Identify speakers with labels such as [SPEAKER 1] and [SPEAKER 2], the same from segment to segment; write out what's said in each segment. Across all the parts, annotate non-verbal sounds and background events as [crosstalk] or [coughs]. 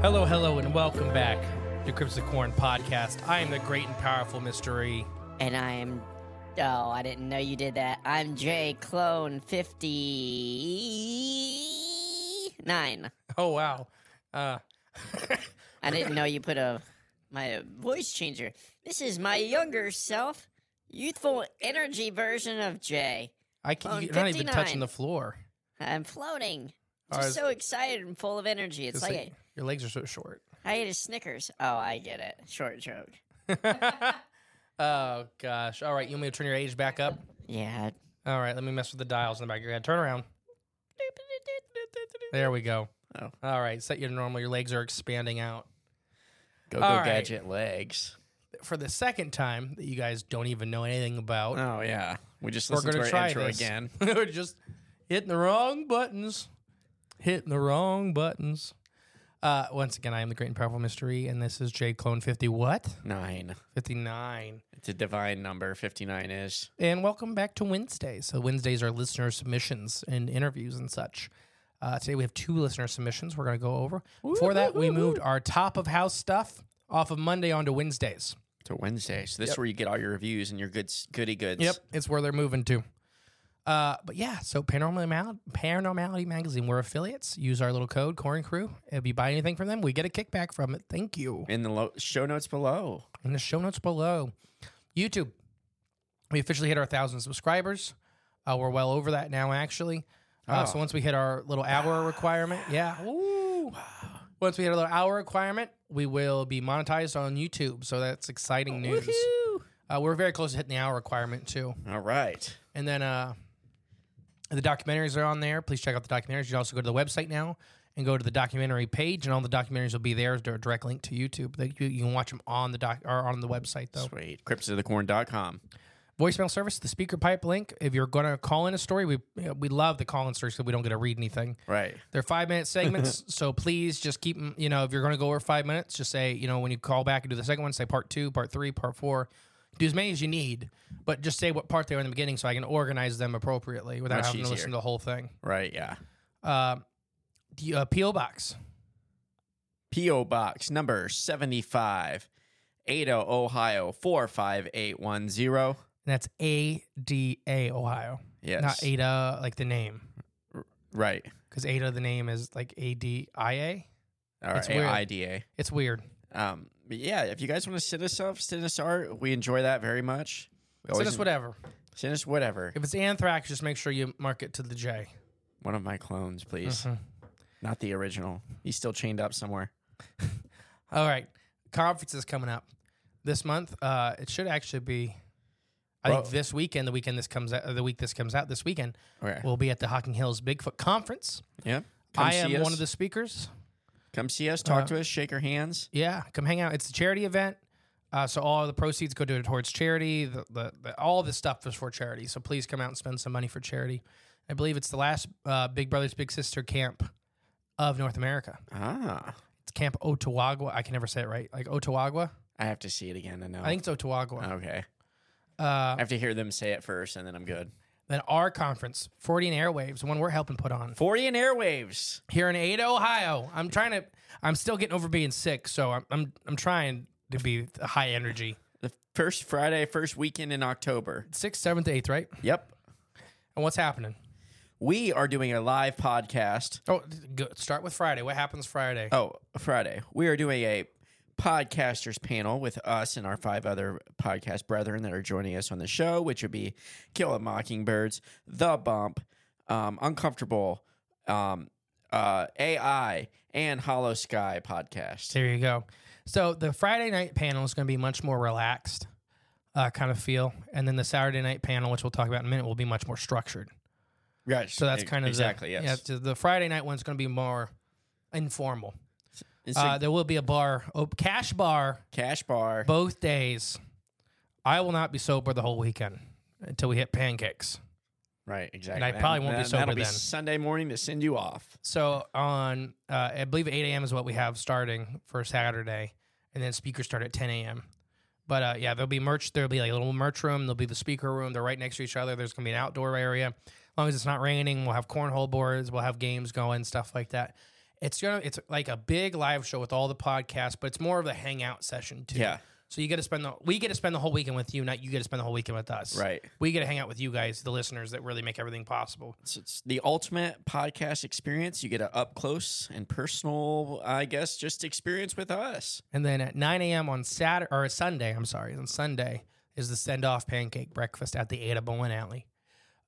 [SPEAKER 1] Hello, hello, and welcome back to Crypts of Corn podcast. I am the great and powerful E. mystery.
[SPEAKER 2] And I'm. Oh, I didn't know you did that. I'm J Clone 59.
[SPEAKER 1] Oh, wow. Uh,
[SPEAKER 2] I didn't know you put a my voice changer. This is my younger self, youthful energy version of J.
[SPEAKER 1] I can,
[SPEAKER 2] Clone
[SPEAKER 1] you're not even
[SPEAKER 2] 59.
[SPEAKER 1] touching the floor.
[SPEAKER 2] I'm floating.
[SPEAKER 1] Oh,
[SPEAKER 2] Just
[SPEAKER 1] is-
[SPEAKER 2] so excited and full of energy. It's
[SPEAKER 1] It's
[SPEAKER 2] like,
[SPEAKER 1] like- your legs are so short.
[SPEAKER 2] I, I ate a Snickers. Oh, I get it. Short joke.
[SPEAKER 1] Oh, gosh. All right, you want me to turn your age back up?
[SPEAKER 2] Yeah.
[SPEAKER 1] All right, let me mess with the dials in the back of your head. Turn around. There we go.
[SPEAKER 3] Oh.
[SPEAKER 1] All right, set your normal. Your legs are expanding out.
[SPEAKER 3] Go go
[SPEAKER 1] All right.
[SPEAKER 3] gadget legs.
[SPEAKER 1] For the second time that you guys don't even know anything about,
[SPEAKER 3] Oh yeah. We just
[SPEAKER 1] we're
[SPEAKER 3] listened
[SPEAKER 1] going
[SPEAKER 3] to
[SPEAKER 1] to
[SPEAKER 3] our
[SPEAKER 1] try
[SPEAKER 3] intro
[SPEAKER 1] this.
[SPEAKER 3] again.
[SPEAKER 1] [laughs] we're just hitting the wrong buttons. Hitting the wrong buttons. Uh, once again, I am the great and powerful mystery, and this is Jade Clone 50 what?
[SPEAKER 3] Nine.
[SPEAKER 1] 59.
[SPEAKER 3] It's a divine number. Fifty-nine is.
[SPEAKER 1] And welcome back to Wednesday. So Wednesdays are listener submissions and interviews and such. Uh, today we have two listener submissions we're going to go over. Before that, we moved our top of house stuff off of Monday onto Wednesdays.
[SPEAKER 3] to Wednesday. So this is where you get all your reviews and your goods, goody goods.
[SPEAKER 1] Yep, it's where they're moving to. Uh, but yeah, so Paranormal Mal- Paranormality Magazine, we're affiliates. Use our little code Corn Crew. If you buy anything from them, we get a kickback from it. Thank you.
[SPEAKER 3] In the lo- show notes below.
[SPEAKER 1] in the show notes below. YouTube, we officially hit our thousand subscribers. Uh, we're well over that now, actually. Uh, So once we hit our little hour requirement, yeah. Ooh. Once we hit our little hour requirement, we will be monetized on YouTube. So that's exciting news. Uh, we're very close to hitting the hour requirement too.
[SPEAKER 3] All right.
[SPEAKER 1] And then uh, the documentaries are on there. Please check out the documentaries. You can also go to the website now and go to the documentary page, and all the documentaries will be there. They're a direct link to YouTube. They, you, you can watch them on the doc or on the website though.
[SPEAKER 3] Sweet. Cryptsofthecorn.com.
[SPEAKER 1] Voicemail service, the speaker pipe link. If you're going to call in a story, we we love the call in stories because we don't get to read anything.
[SPEAKER 3] Right.
[SPEAKER 1] They're five minute
[SPEAKER 4] [laughs]
[SPEAKER 1] segments, so please just keep 'em- You know, if you're going to go over five minutes, just say you know when you call back and do the second one, say part two, part three, part four. do as many as you need, but just say what part they were in the beginning so I can organize them appropriately without
[SPEAKER 4] Much
[SPEAKER 1] having to
[SPEAKER 4] easier.
[SPEAKER 1] listen to the whole thing.
[SPEAKER 4] Right, yeah.
[SPEAKER 1] Uh, the uh, PO box.
[SPEAKER 4] P.O. Box number 75, Ada, Ohio 45810.
[SPEAKER 1] And that's A D A Ohio.
[SPEAKER 4] Yes.
[SPEAKER 1] Not Ada, like the name.
[SPEAKER 4] Right.
[SPEAKER 1] Because Ada, the name is like A D I A.
[SPEAKER 4] All right.
[SPEAKER 1] It's weird.
[SPEAKER 4] AIDA.
[SPEAKER 1] It's weird.
[SPEAKER 4] Um, but yeah, if you guys want to send us stuff, send us art. We enjoy that very much. We
[SPEAKER 1] Send
[SPEAKER 4] always-
[SPEAKER 1] us whatever.
[SPEAKER 4] Send us whatever.
[SPEAKER 1] If it's anthrax, just make sure you mark it to the J.
[SPEAKER 4] One of my clones, please.
[SPEAKER 1] Mhm.
[SPEAKER 4] Not the original. He's still chained up somewhere.
[SPEAKER 1] All right. Conference is coming up this month. Uh, it should actually be, I think
[SPEAKER 4] Well-
[SPEAKER 1] this weekend, the weekend this comes out, the week this comes out this weekend,
[SPEAKER 4] Okay.
[SPEAKER 1] we'll be at the Hocking Hills Bigfoot Conference.
[SPEAKER 4] yeah.
[SPEAKER 1] I am
[SPEAKER 4] see
[SPEAKER 1] one
[SPEAKER 4] us.
[SPEAKER 1] of the speakers.
[SPEAKER 4] Come see us, talk
[SPEAKER 1] uh,
[SPEAKER 4] to us, shake our hands.
[SPEAKER 1] Yeah, come hang out. It's a charity event. Uh, so all the proceeds go to towards charity. The, the, the all this stuff is for charity. So please come out and spend some money for charity. I believe it's the last uh, Big Brothers Big Sister camp of North America.
[SPEAKER 4] Ah,
[SPEAKER 1] It's Camp Otawagua. I can never say it right. Like Otawagua.
[SPEAKER 4] I have to see it again to know.
[SPEAKER 1] I think it's Otawagua.
[SPEAKER 4] okay.
[SPEAKER 1] Uh,
[SPEAKER 4] I have to hear them say it first, and then I'm good.
[SPEAKER 1] then our conference, 40 and Airwaves, the one we're helping put on
[SPEAKER 4] 40 and airwaves.
[SPEAKER 1] here in Ada, Ohio. I'm trying to. I'm still getting over being sick, so I'm I'm, I'm trying to be high energy.
[SPEAKER 4] The first Friday, first weekend in October.
[SPEAKER 1] Sixth, seventh, eighth, right?
[SPEAKER 4] Yep.
[SPEAKER 1] And what's happening?
[SPEAKER 4] We are doing a live podcast.
[SPEAKER 1] Oh, good. Start with Friday. What happens Friday?
[SPEAKER 4] Oh, Friday. We are doing a podcasters panel with us and our five other podcast brethren that are joining us on the show, which would be Kill a Mockingbirds, The Bump, um, Uncomfortable, um, uh, AI, and Hollow Sky podcast.
[SPEAKER 1] There you go. So the Friday night panel is going to be much more relaxed uh, kind of feel, and then the Saturday night panel, which we'll talk about in a minute, will be much more structured.
[SPEAKER 4] Right.
[SPEAKER 1] So that's kind of
[SPEAKER 4] E, exactly
[SPEAKER 1] the,
[SPEAKER 4] yes.
[SPEAKER 1] yeah, so the Friday night one's going to be more informal.
[SPEAKER 4] It's a
[SPEAKER 1] Uh, there will be a bar, oh, cash bar,
[SPEAKER 4] cash bar.
[SPEAKER 1] both days. I will not be sober the whole weekend until we hit pancakes.
[SPEAKER 4] Right, exactly.
[SPEAKER 1] I probably won't be
[SPEAKER 4] that-
[SPEAKER 1] sober
[SPEAKER 4] that'll be
[SPEAKER 1] then.
[SPEAKER 4] Sunday morning to send you off.
[SPEAKER 1] So on, uh, I believe 8 a.m. is what we have starting for Saturday, and then speakers start at 10 a.m. But uh, yeah, there'll be merch. There'll be like a little merch room. There'll be the speaker room. They're right next to each other. There's gonna be an outdoor area. As long as it's not raining, we'll have cornhole boards. We'll have games going, stuff like that. It's gonna. It's like a big live show with all the podcasts, but it's more of a hangout session too.
[SPEAKER 4] Yeah.
[SPEAKER 1] So you get to spend the we get to spend the whole weekend with you, not you get to spend the whole weekend with us.
[SPEAKER 4] Right.
[SPEAKER 1] We get to hang out with you guys, the listeners that really make everything possible.
[SPEAKER 4] It's, it's the ultimate podcast experience. You get an up close and personal, I guess, just experience with us.
[SPEAKER 1] And then at 9 a.m. on Saturday or Sunday, I'm sorry, on Sunday is the send off pancake breakfast at the Ada Bowen Alley.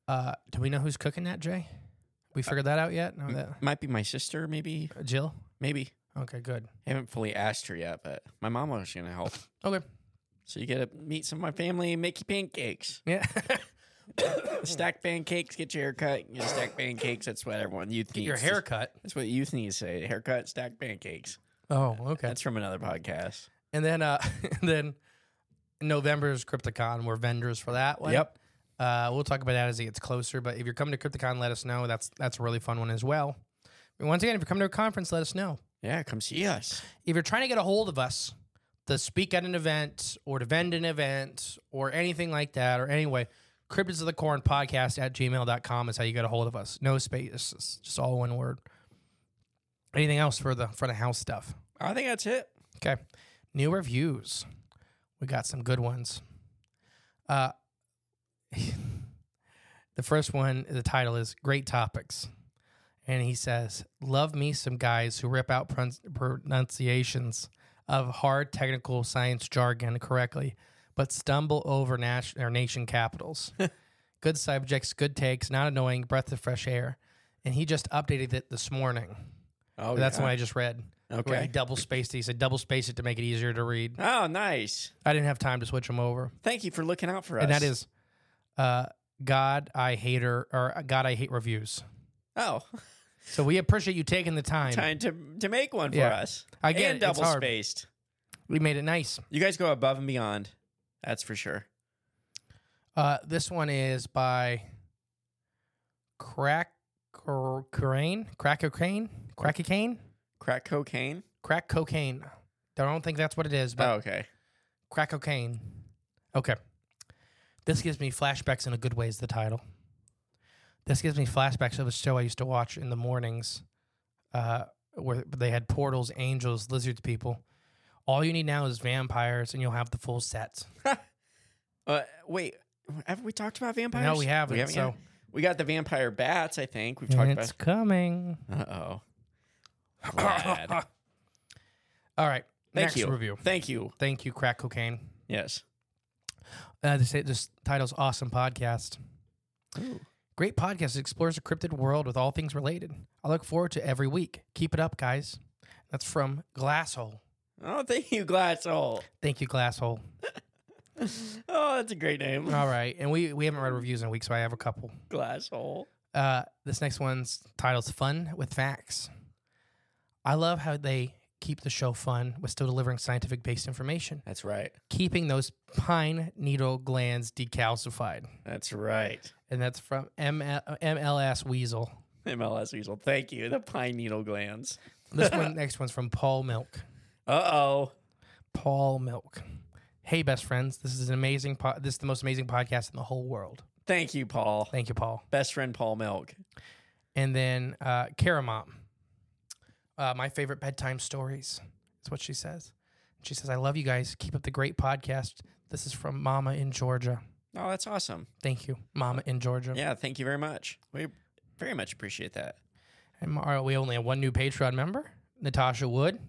[SPEAKER 1] Uh, do we know who's cooking that, Jay?
[SPEAKER 4] Uh,
[SPEAKER 1] We figured that out yet? No, that,
[SPEAKER 4] Might be my sister, maybe,
[SPEAKER 1] Jill.
[SPEAKER 4] maybe.
[SPEAKER 1] Okay, good.
[SPEAKER 4] haven't fully asked her yet, but my mom was going to help.
[SPEAKER 1] Okay,
[SPEAKER 4] So you get to meet some of my family, make you pancakes,
[SPEAKER 1] yeah. [laughs] Hmm.
[SPEAKER 4] stack pancakes, get your haircut, get a stack pancakes. That's what everyone youth
[SPEAKER 1] Get
[SPEAKER 4] needs.
[SPEAKER 1] your
[SPEAKER 4] to-
[SPEAKER 1] haircut.
[SPEAKER 4] That's what youth need to say. Haircut, stack pancakes.
[SPEAKER 1] Oh, okay.
[SPEAKER 4] That's from another podcast.
[SPEAKER 1] And then, uh, [laughs] and then November's Crypticon. We're vendors for that one.
[SPEAKER 4] Yep.
[SPEAKER 1] Uh, we'll talk about that as it gets closer. But if you're coming to Crypticon, let us know. That's that's a really fun one as well. And once again, if you're coming to a conference, let us know.
[SPEAKER 4] Yeah, come see us.
[SPEAKER 1] if you're trying to get a hold of us to speak at an event or to vend an event or anything like that or anyway cryptids of the corn podcast at gmail.com is how you get a hold of us no spaces just all one word anything else for the front of house stuff
[SPEAKER 4] I think that's it.
[SPEAKER 1] okay new reviews we got some good ones uh [laughs] the first one the title is great topics and he says, "Love me some guys who rip out pron- pronunciations of hard technical science jargon correctly, but stumble over nation or nation capitals. good subjects, good takes, not annoying, breath of fresh air." And he just updated it this morning.
[SPEAKER 4] Oh,
[SPEAKER 1] That's
[SPEAKER 4] yeah.
[SPEAKER 1] what I just read. Where
[SPEAKER 4] Okay.
[SPEAKER 1] he double spaced. He said double space it to make it easier to read.
[SPEAKER 4] Oh, nice.
[SPEAKER 1] I didn't have time to switch them over.
[SPEAKER 4] Thank you for looking out for us.
[SPEAKER 1] And that is, uh, God, I hate her, or uh, God, I hate reviews.
[SPEAKER 4] oh,
[SPEAKER 1] So we appreciate you taking the time.
[SPEAKER 4] time to to make one for
[SPEAKER 1] Yeah.
[SPEAKER 4] us.
[SPEAKER 1] I get
[SPEAKER 4] and
[SPEAKER 1] it. It's
[SPEAKER 4] double
[SPEAKER 1] hard.
[SPEAKER 4] spaced.
[SPEAKER 1] We made it nice.
[SPEAKER 4] You guys go above and beyond. That's for sure.
[SPEAKER 1] Uh, this one is by Crack Crane, Crack Cocaine, Crack Cocaine,
[SPEAKER 4] Crack cocaine.
[SPEAKER 1] Crack Cocaine. I don't think that's what it is, but
[SPEAKER 4] Oh, okay.
[SPEAKER 1] Crack Cocaine. Okay. This gives me flashbacks in a good way, is the title. This gives me flashbacks of a show I used to watch in the mornings uh, where they had portals, angels, lizards, people. All you need now is vampires, and you'll have the full set.
[SPEAKER 4] Uh, wait, have we talked about vampires?
[SPEAKER 1] No, we haven't,
[SPEAKER 4] yet?
[SPEAKER 1] so-
[SPEAKER 4] we got the vampire bats. I think we've talked
[SPEAKER 1] it's coming.
[SPEAKER 4] about.
[SPEAKER 1] [coughs]
[SPEAKER 4] Uh oh. Glad.
[SPEAKER 1] All right.
[SPEAKER 4] Thank
[SPEAKER 1] next
[SPEAKER 4] you.
[SPEAKER 1] review.
[SPEAKER 4] Thank you.
[SPEAKER 1] Thank you, crack cocaine.
[SPEAKER 4] Yes.
[SPEAKER 1] Uh, this, this title's awesome podcast. Great podcast that explores a cryptid world with all things related. I look forward to every week. Keep it up, guys. That's from Glasshole.
[SPEAKER 4] Oh, thank you, Glasshole.
[SPEAKER 1] Thank you, Glasshole.
[SPEAKER 4] Oh, that's a great name.
[SPEAKER 1] All right, and we we haven't read reviews in a week, so I have a couple.
[SPEAKER 4] Glasshole.
[SPEAKER 1] Uh, this next one's title's "Fun with Facts." I love how they keep the show fun with still delivering scientific based information,
[SPEAKER 4] That's right.
[SPEAKER 1] keeping those pine needle glands decalcified.
[SPEAKER 4] That's right.
[SPEAKER 1] And that's from ML, MLS Weasel.
[SPEAKER 4] [laughs] MLS weasel. Thank you. The pine needle glands.
[SPEAKER 1] This
[SPEAKER 4] [laughs]
[SPEAKER 1] one, next one's from Paul Milk.
[SPEAKER 4] Uh oh.
[SPEAKER 1] Paul Milk. Hey, best friends. This is an amazing. Po- this is the most amazing podcast in the whole world.
[SPEAKER 4] Thank you, Paul.
[SPEAKER 1] Thank you, Paul.
[SPEAKER 4] Best friend Paul Milk.
[SPEAKER 1] And then uh, Karamom. Uh, my favorite bedtime stories. That's what she says. She says, I love you guys. Keep up the great podcast. This is from Mama in Georgia.
[SPEAKER 4] Oh, that's awesome.
[SPEAKER 1] Thank you, Mama in Georgia.
[SPEAKER 4] Yeah, thank you very much. We very much appreciate that.
[SPEAKER 1] And Mara, we only have one new Patreon member, Natasha Wood.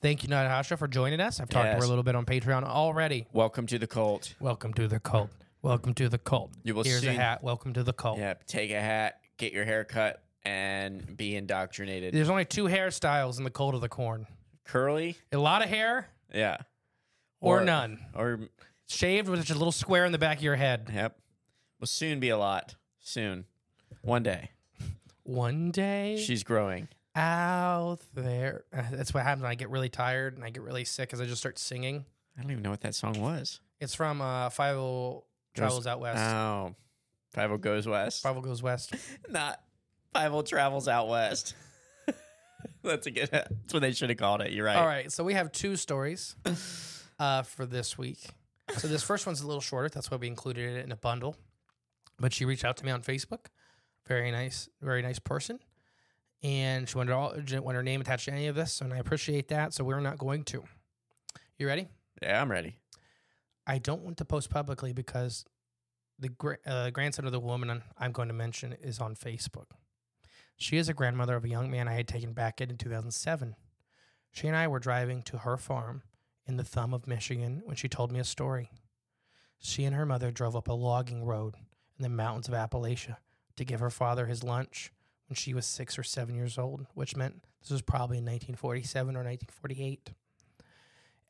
[SPEAKER 1] Thank you, Natasha, for joining us. I've talked to her
[SPEAKER 4] Yes.
[SPEAKER 1] a little bit on Patreon already.
[SPEAKER 4] Welcome to the cult.
[SPEAKER 1] Welcome to the cult. Welcome to the cult.
[SPEAKER 4] You will
[SPEAKER 1] Here's a
[SPEAKER 4] soon-
[SPEAKER 1] hat. Welcome to the cult.
[SPEAKER 4] Yep. Take a hat, get your hair cut, and be indoctrinated.
[SPEAKER 1] There's only two hairstyles in the cult of the corn.
[SPEAKER 4] Curly.
[SPEAKER 1] A lot of hair
[SPEAKER 4] Yeah.
[SPEAKER 1] or, none.
[SPEAKER 4] Or
[SPEAKER 1] Shaved with just a little square in the back of your head.
[SPEAKER 4] yep. Will soon be a lot. Soon. One day.
[SPEAKER 1] One day
[SPEAKER 4] She's growing.
[SPEAKER 1] out there. [sighs] Uh, That's what happens when I get really tired and I get really sick because I just start singing.
[SPEAKER 4] I don't even know what that song was.
[SPEAKER 1] It's from uh, Five O Travels Out West.
[SPEAKER 4] Oh. Five O goes west.
[SPEAKER 1] Five O Goes West.
[SPEAKER 4] Not Five O travels out west. [laughs] that's a good. That's what they should have called it. You're right.
[SPEAKER 1] All right, so we have two stories [sighs] uh, for this week. So this first one's a little shorter. That's why we included it in a bundle. But she reached out to me on Facebook. Very nice, very nice person. And she wanted all didn't want her name attached to any of this, and I appreciate that. So we're not going to. You ready?
[SPEAKER 4] Yeah, I'm ready.
[SPEAKER 1] I don't want to post publicly because the gra- uh, grandson of the woman I'm- I'm going to mention is on Facebook. She is a grandmother of a young man I had taken back in in 2007. She and I were driving to her farm in the thumb of Michigan when she told me a story. She and her mother drove up a logging road in the mountains of Appalachia to give her father his lunch when she was six or seven years old, which meant this was probably in 1947 or 1948.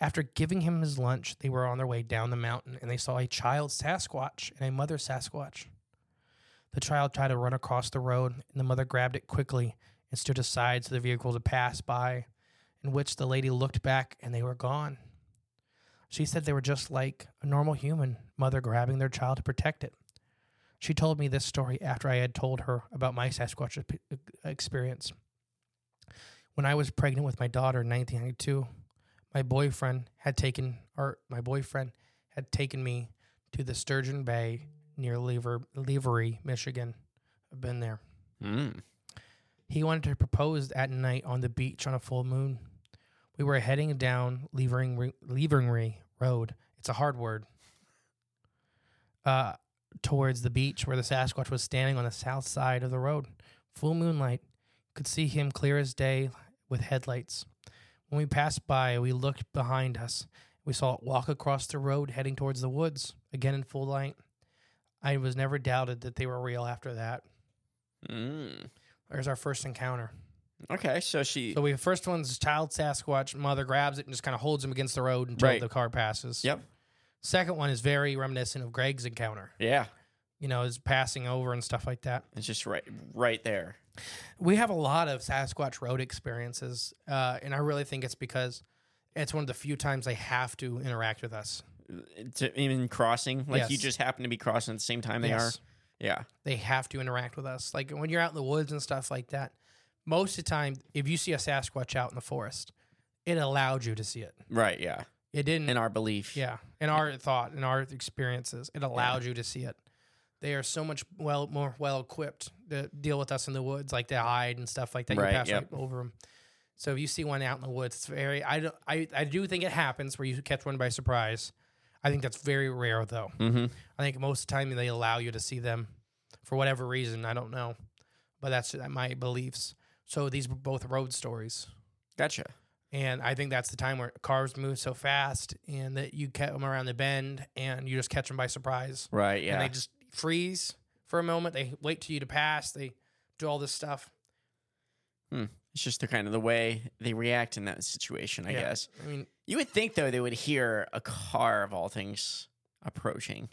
[SPEAKER 1] After giving him his lunch, they were on their way down the mountain and they saw a child Sasquatch and a mother Sasquatch. The child tried to run across the road, and the mother grabbed it quickly and stood aside so the vehicle to pass by, in which the lady looked back and they were gone. She said they were just like a normal human, mother grabbing their child to protect it. She told me this story after I had told her about my Sasquatch ep- experience. When I was pregnant with my daughter in 1992, my boyfriend had taken or my boyfriend had taken me to the Sturgeon Bay near Lever, Levery, Michigan. I've been there.
[SPEAKER 4] Mm.
[SPEAKER 1] He wanted to propose at night on the beach on a full moon. We were heading down Levering Levering Road. It's a hard word. Uh, towards the beach where the Sasquatch was standing on the south side of the road. Full moonlight. Could see him clear as day with headlights. When we passed by, we looked behind us. We saw it walk across the road heading towards the woods, again in full light. I was never doubted that they were real after that.
[SPEAKER 4] Mm.
[SPEAKER 1] There's our first encounter.
[SPEAKER 4] Okay, so she.
[SPEAKER 1] So we first one's child Sasquatch. Mother grabs it and just kind of holds him against the road until
[SPEAKER 4] Right.
[SPEAKER 1] the car passes.
[SPEAKER 4] yep.
[SPEAKER 1] Second one is very reminiscent of Greg's encounter.
[SPEAKER 4] Yeah,
[SPEAKER 1] You know, is passing over and stuff like that.
[SPEAKER 4] it's just right, right there.
[SPEAKER 1] We have a lot of Sasquatch road experiences, uh, and I really think it's because it's one of the few times they have to interact with us.
[SPEAKER 4] It's even crossing, like you
[SPEAKER 1] Yes.
[SPEAKER 4] just happen to be crossing at the same time they
[SPEAKER 1] Yes.
[SPEAKER 4] are. Yeah.
[SPEAKER 1] They have to interact with us. Like when you're out in the woods and stuff like that, most of the time, if you see a Sasquatch out in the forest, it allowed you to see it.
[SPEAKER 4] Right. Yeah.
[SPEAKER 1] It didn't.
[SPEAKER 4] in our belief.
[SPEAKER 1] Yeah, in our thought, in our experiences, it allowed you to see it. They are so much well more well equipped to deal with us in the woods, like they hide and stuff like that.
[SPEAKER 4] Right,
[SPEAKER 1] you pass
[SPEAKER 4] yep.
[SPEAKER 1] right over them. So if you see one out in the woods, it's very. I do I, I do think it happens where you catch one by surprise. I think that's very rare though.
[SPEAKER 4] Mm-hmm.
[SPEAKER 1] I think most of the time they allow you to see them for whatever reason. I don't know, but that's my beliefs. So these were both road stories.
[SPEAKER 4] Gotcha.
[SPEAKER 1] And I think that's the time where cars move so fast and that you catch them around the bend and you just catch them by surprise.
[SPEAKER 4] Right. Yeah.
[SPEAKER 1] And they just freeze for a moment. They wait till you to pass. They do all this stuff.
[SPEAKER 4] it's just the kind of the way they react in that situation, I
[SPEAKER 1] Yeah.
[SPEAKER 4] guess.
[SPEAKER 1] I mean,
[SPEAKER 4] You would think though they would hear a car of all things approaching.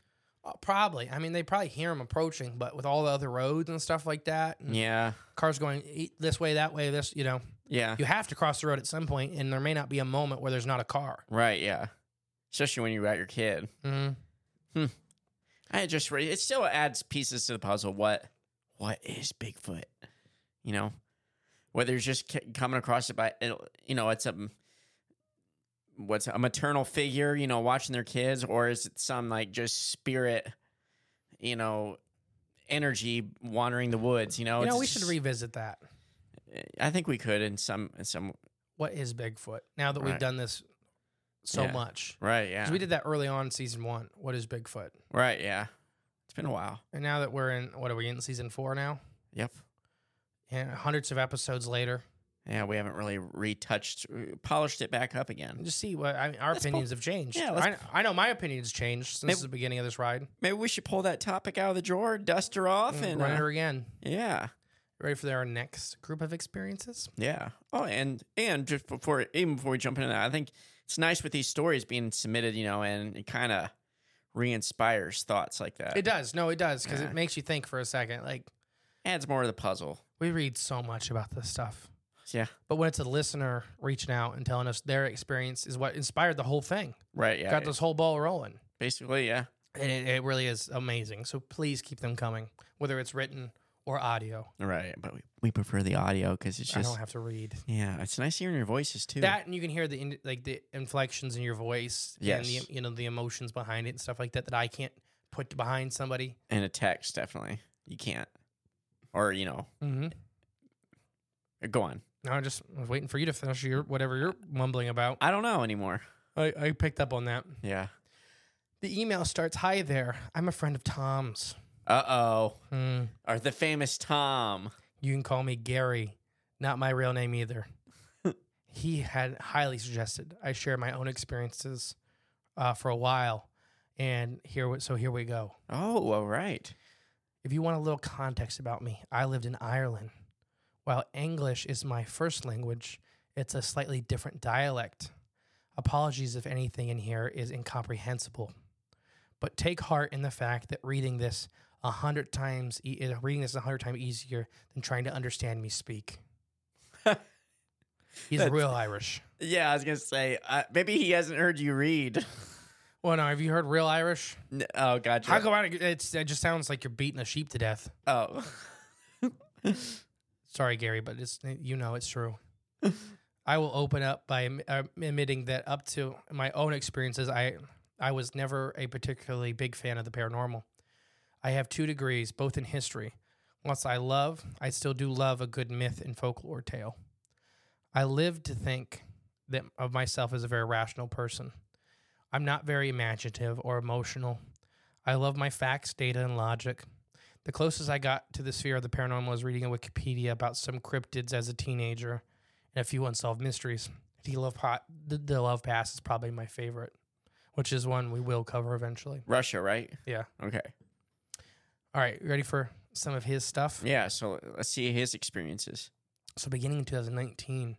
[SPEAKER 1] uh, probably. I mean, they probably hear them approaching, but with all the other roads and stuff like that, and
[SPEAKER 4] Yeah.
[SPEAKER 1] cars going e- this way, that way, this, you know,
[SPEAKER 4] Yeah.
[SPEAKER 1] [laughs] you have to cross the road at some point, and there may not be a moment where there's not a car.
[SPEAKER 4] Right. Yeah. Especially when you got your kid.
[SPEAKER 1] Mm-hmm.
[SPEAKER 4] I just re- it still adds pieces to the puzzle. What what is Bigfoot? You know, whether it's just c- coming across it by it'll- you know it's a what's a maternal figure you know watching their kids, or is it some like just spirit you know energy wandering the woods? You know,
[SPEAKER 1] You know,
[SPEAKER 4] Oh, It's
[SPEAKER 1] we should
[SPEAKER 4] just-
[SPEAKER 1] revisit that.
[SPEAKER 4] I think we could in some in some
[SPEAKER 1] What is Bigfoot? Now that
[SPEAKER 4] Right.
[SPEAKER 1] we've done this so
[SPEAKER 4] Yeah.
[SPEAKER 1] much.
[SPEAKER 4] right yeah
[SPEAKER 1] 'Cause we did that early on in season one. What is Bigfoot?
[SPEAKER 4] right yeah. It's been a while.
[SPEAKER 1] And now that we're in, what are we in season four now?
[SPEAKER 4] Yep.
[SPEAKER 1] And hundreds of episodes later,
[SPEAKER 4] Yeah, we haven't really retouched, uh, polished it back up again.
[SPEAKER 1] just see what I mean, our
[SPEAKER 4] Let's
[SPEAKER 1] opinions
[SPEAKER 4] pull-
[SPEAKER 1] have changed.
[SPEAKER 4] Yeah, let's
[SPEAKER 1] I, I know my opinions changed since
[SPEAKER 4] Maybe-
[SPEAKER 1] the beginning of this ride.
[SPEAKER 4] Maybe we should pull that topic out of the drawer, dust her off,
[SPEAKER 1] And
[SPEAKER 4] and
[SPEAKER 1] run
[SPEAKER 4] uh,
[SPEAKER 1] her again.
[SPEAKER 4] yeah,
[SPEAKER 1] Ready for our next group of experiences?
[SPEAKER 4] yeah. Oh, and and just before even before we jump into that, I think it's nice with these stories being submitted, you know, and it kind of re-inspires thoughts like that.
[SPEAKER 1] It does. No, it does because
[SPEAKER 4] Yeah.
[SPEAKER 1] it makes you think for a second. Like
[SPEAKER 4] adds more to the puzzle.
[SPEAKER 1] we read so much about this stuff,
[SPEAKER 4] Yeah,
[SPEAKER 1] but when it's a listener reaching out and telling us their experience is what inspired the whole thing,
[SPEAKER 4] right. Yeah,
[SPEAKER 1] got this whole ball rolling.
[SPEAKER 4] basically, yeah.
[SPEAKER 1] And it, it really is amazing. So please keep them coming, whether it's written or audio.
[SPEAKER 4] Right, but we, we prefer the audio because it's
[SPEAKER 1] I
[SPEAKER 4] just
[SPEAKER 1] don't have to read.
[SPEAKER 4] yeah, it's nice hearing your voices too.
[SPEAKER 1] That and you can hear the in, like the inflections in your voice and
[SPEAKER 4] Yes.
[SPEAKER 1] the you know the emotions behind it and stuff like that that I can't put behind somebody.
[SPEAKER 4] and a text definitely you can't, or you know,
[SPEAKER 1] Mm-hmm.
[SPEAKER 4] go on.
[SPEAKER 1] I just was waiting for you to finish your whatever you're mumbling about.
[SPEAKER 4] I don't know anymore.
[SPEAKER 1] I, I picked up on that.
[SPEAKER 4] Yeah.
[SPEAKER 1] The email starts, "Hi there, I'm a friend of Tom's.
[SPEAKER 4] Uh oh.
[SPEAKER 1] Hmm.
[SPEAKER 4] Or the famous Tom.
[SPEAKER 1] You can call me Gary, not my real name either." he had highly suggested I share my own experiences uh, for a while, and here we- so here we go.
[SPEAKER 4] Oh, all right.
[SPEAKER 1] If you want a little context about me, I lived in Ireland. While English is my first language, it's a slightly different dialect. Apologies if anything in here is incomprehensible. But take heart in the fact that reading this a hundred times, e- uh, reading this a hundred times easier than trying to understand me speak. He's
[SPEAKER 4] That's-
[SPEAKER 1] real Irish.
[SPEAKER 4] Yeah, I was gonna say uh, maybe he hasn't heard you read.
[SPEAKER 1] Well, now have you heard real Irish?
[SPEAKER 4] N- oh, gotcha.
[SPEAKER 1] How come I, it's, it just sounds like you're beating a sheep to death?
[SPEAKER 4] oh,
[SPEAKER 1] Sorry, Gary, but it's you know it's true. I will open up by am- uh, admitting that up to my own experiences, I I was never a particularly big fan of the paranormal. I have two degrees, both in history. Whilst I love, I still do love a good myth and folklore tale. I live to think that of myself as a very rational person. I'm not very imaginative or emotional. I love my facts, data, and logic. The closest I got to the sphere of the paranormal was reading a Wikipedia about some cryptids as a teenager and a few unsolved mysteries. The Love, Pot, the, the Love Pass is probably my favorite, which is one we will cover eventually.
[SPEAKER 4] Russia, right?
[SPEAKER 1] Yeah.
[SPEAKER 4] Okay.
[SPEAKER 1] All right, you ready for some of his stuff?
[SPEAKER 4] Yeah. So let's see his experiences.
[SPEAKER 1] So, beginning in 2019,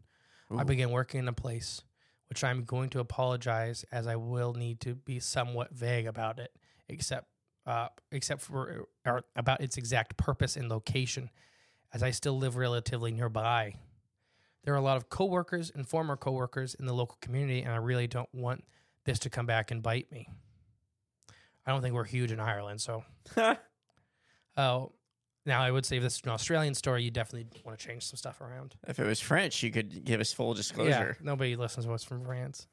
[SPEAKER 1] I
[SPEAKER 4] Ooh.
[SPEAKER 1] began working in a place which I'm going to apologize as I will need to be somewhat vague about it, except uh, except for or about its exact purpose and location, as I still live relatively nearby. There are a lot of coworkers and former coworkers in the local community, and I really don't want this to come back and bite me. I don't think we're huge in Ireland, so. Oh, now I would say if this is an Australian story, you definitely want to change some stuff around.
[SPEAKER 4] If it was French, you could give us full disclosure.
[SPEAKER 1] Yeah, nobody listens to us from France.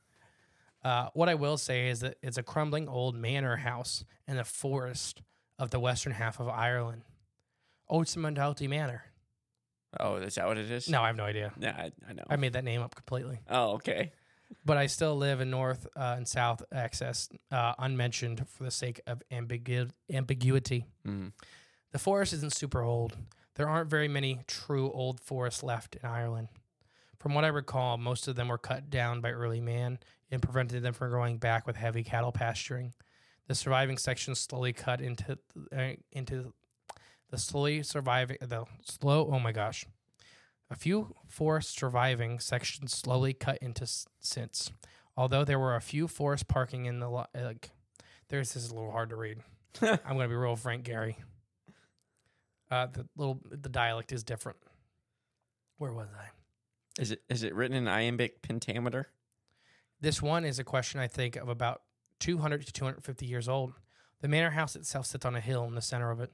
[SPEAKER 1] Uh, what I will say is that it's a crumbling old manor house in the forest of the western half of Ireland. Oatsamuntalty Manor.
[SPEAKER 4] Oh, is that what it is?
[SPEAKER 1] No, I have no idea.
[SPEAKER 4] Yeah, I, I know.
[SPEAKER 1] I made that name up completely.
[SPEAKER 4] Oh, okay.
[SPEAKER 1] But I still live in North uh, and South access, uh, unmentioned for the sake of ambigu- ambiguity.
[SPEAKER 4] Mm.
[SPEAKER 1] The forest isn't super old. There aren't very many true old forests left in Ireland. From what I recall, most of them were cut down by early man and prevented them from growing back with heavy cattle pasturing. The surviving sections slowly cut into uh, into the slowly surviving the slow. Oh my gosh, a few forest surviving sections slowly cut into s- since. Although there were a few forest parking in the lo- like, there's this is a little hard to read. I'm gonna be real frank, Gary. Uh, the little the dialect is different. Where was I?
[SPEAKER 4] Is it is it written in iambic pentameter?
[SPEAKER 1] This one is a question I think of about 200 to 250 years old. The manor house itself sits on a hill in the center of it.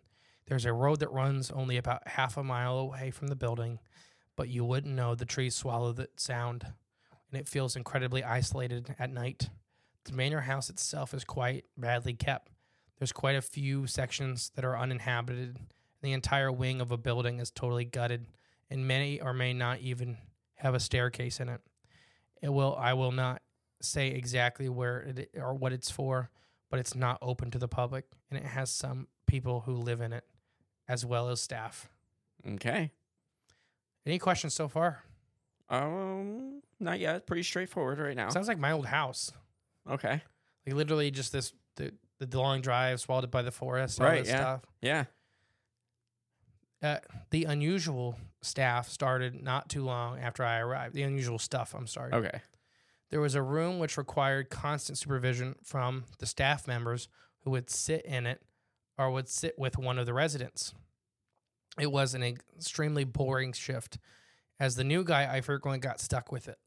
[SPEAKER 1] There's a road that runs only about half a mile away from the building, but you wouldn't know the trees swallow the sound, and it feels incredibly isolated at night. The manor house itself is quite badly kept. There's quite a few sections that are uninhabited. The entire wing of a building is totally gutted, and many or may not even have a staircase in it. It will. I will not say exactly where it or what it's for, but it's not open to the public, and it has some people who live in it, as well as staff.
[SPEAKER 4] Okay.
[SPEAKER 1] Any questions so far?
[SPEAKER 4] Um, not yet. Pretty straightforward right now.
[SPEAKER 1] Sounds like my old house.
[SPEAKER 4] okay.
[SPEAKER 1] Like literally just this the, the long drive swallowed up by the forest, all
[SPEAKER 4] Right,
[SPEAKER 1] this
[SPEAKER 4] yeah.
[SPEAKER 1] stuff.
[SPEAKER 4] Yeah.
[SPEAKER 1] Uh, the unusual staff started not too long after I arrived. The unusual stuff, I'm sorry.
[SPEAKER 4] Okay.
[SPEAKER 1] There was a room which required constant supervision from the staff members who would sit in it or would sit with one of the residents. It was an extremely boring shift. As the new guy, I frequently got stuck with it.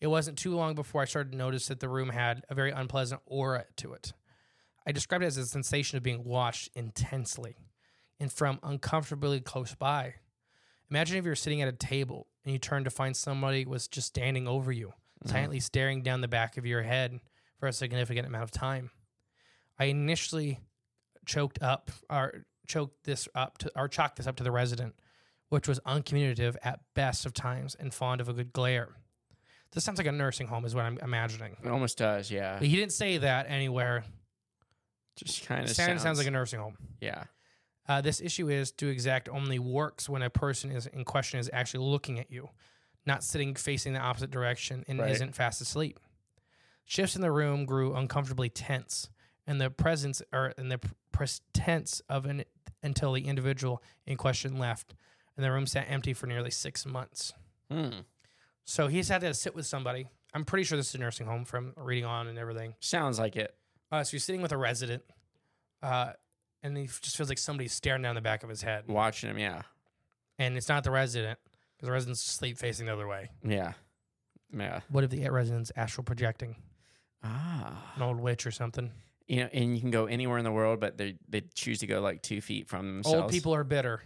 [SPEAKER 1] It wasn't too long before I started to notice that the room had a very unpleasant aura to it. I described it as a sensation of being watched intensely and from uncomfortably close by. Imagine if you're sitting at a table and you turn to find somebody was just standing over you, silently staring down the back of your head for a significant amount of time. I initially choked up or choked this up to or chalked this up to the resident, which was uncommunicative at best of times and fond of a good glare. This sounds like a nursing home is what I'm imagining.
[SPEAKER 4] It almost does. Yeah.
[SPEAKER 1] But he didn't say that anywhere.
[SPEAKER 4] Just kind
[SPEAKER 1] It
[SPEAKER 4] of
[SPEAKER 1] sounds, sounds like a nursing home.
[SPEAKER 4] Yeah.
[SPEAKER 1] Uh, this issue is to exact only works when a person is in question is actually looking at you, not sitting facing the opposite direction and
[SPEAKER 4] Right.
[SPEAKER 1] isn't fast asleep. Shifts in the room grew uncomfortably tense, and the presence or and the pr- pretense of an until the individual in question left, and the room sat empty for nearly six months.
[SPEAKER 4] Hmm.
[SPEAKER 1] So he's had to sit with somebody. I'm pretty sure this is a nursing home from reading on and everything.
[SPEAKER 4] Sounds like it.
[SPEAKER 1] Uh, so you're sitting with a resident, uh, and he just feels like somebody's staring down the back of his head
[SPEAKER 4] Watching him. Yeah.
[SPEAKER 1] and it's not the resident because the resident's asleep facing the other way.
[SPEAKER 4] Yeah. Yeah.
[SPEAKER 1] What if the resident's astral projecting
[SPEAKER 4] Ah.
[SPEAKER 1] an old witch or something?
[SPEAKER 4] You know, and you can go anywhere in the world, but they they choose to go like two feet from themselves.
[SPEAKER 1] Old people are bitter.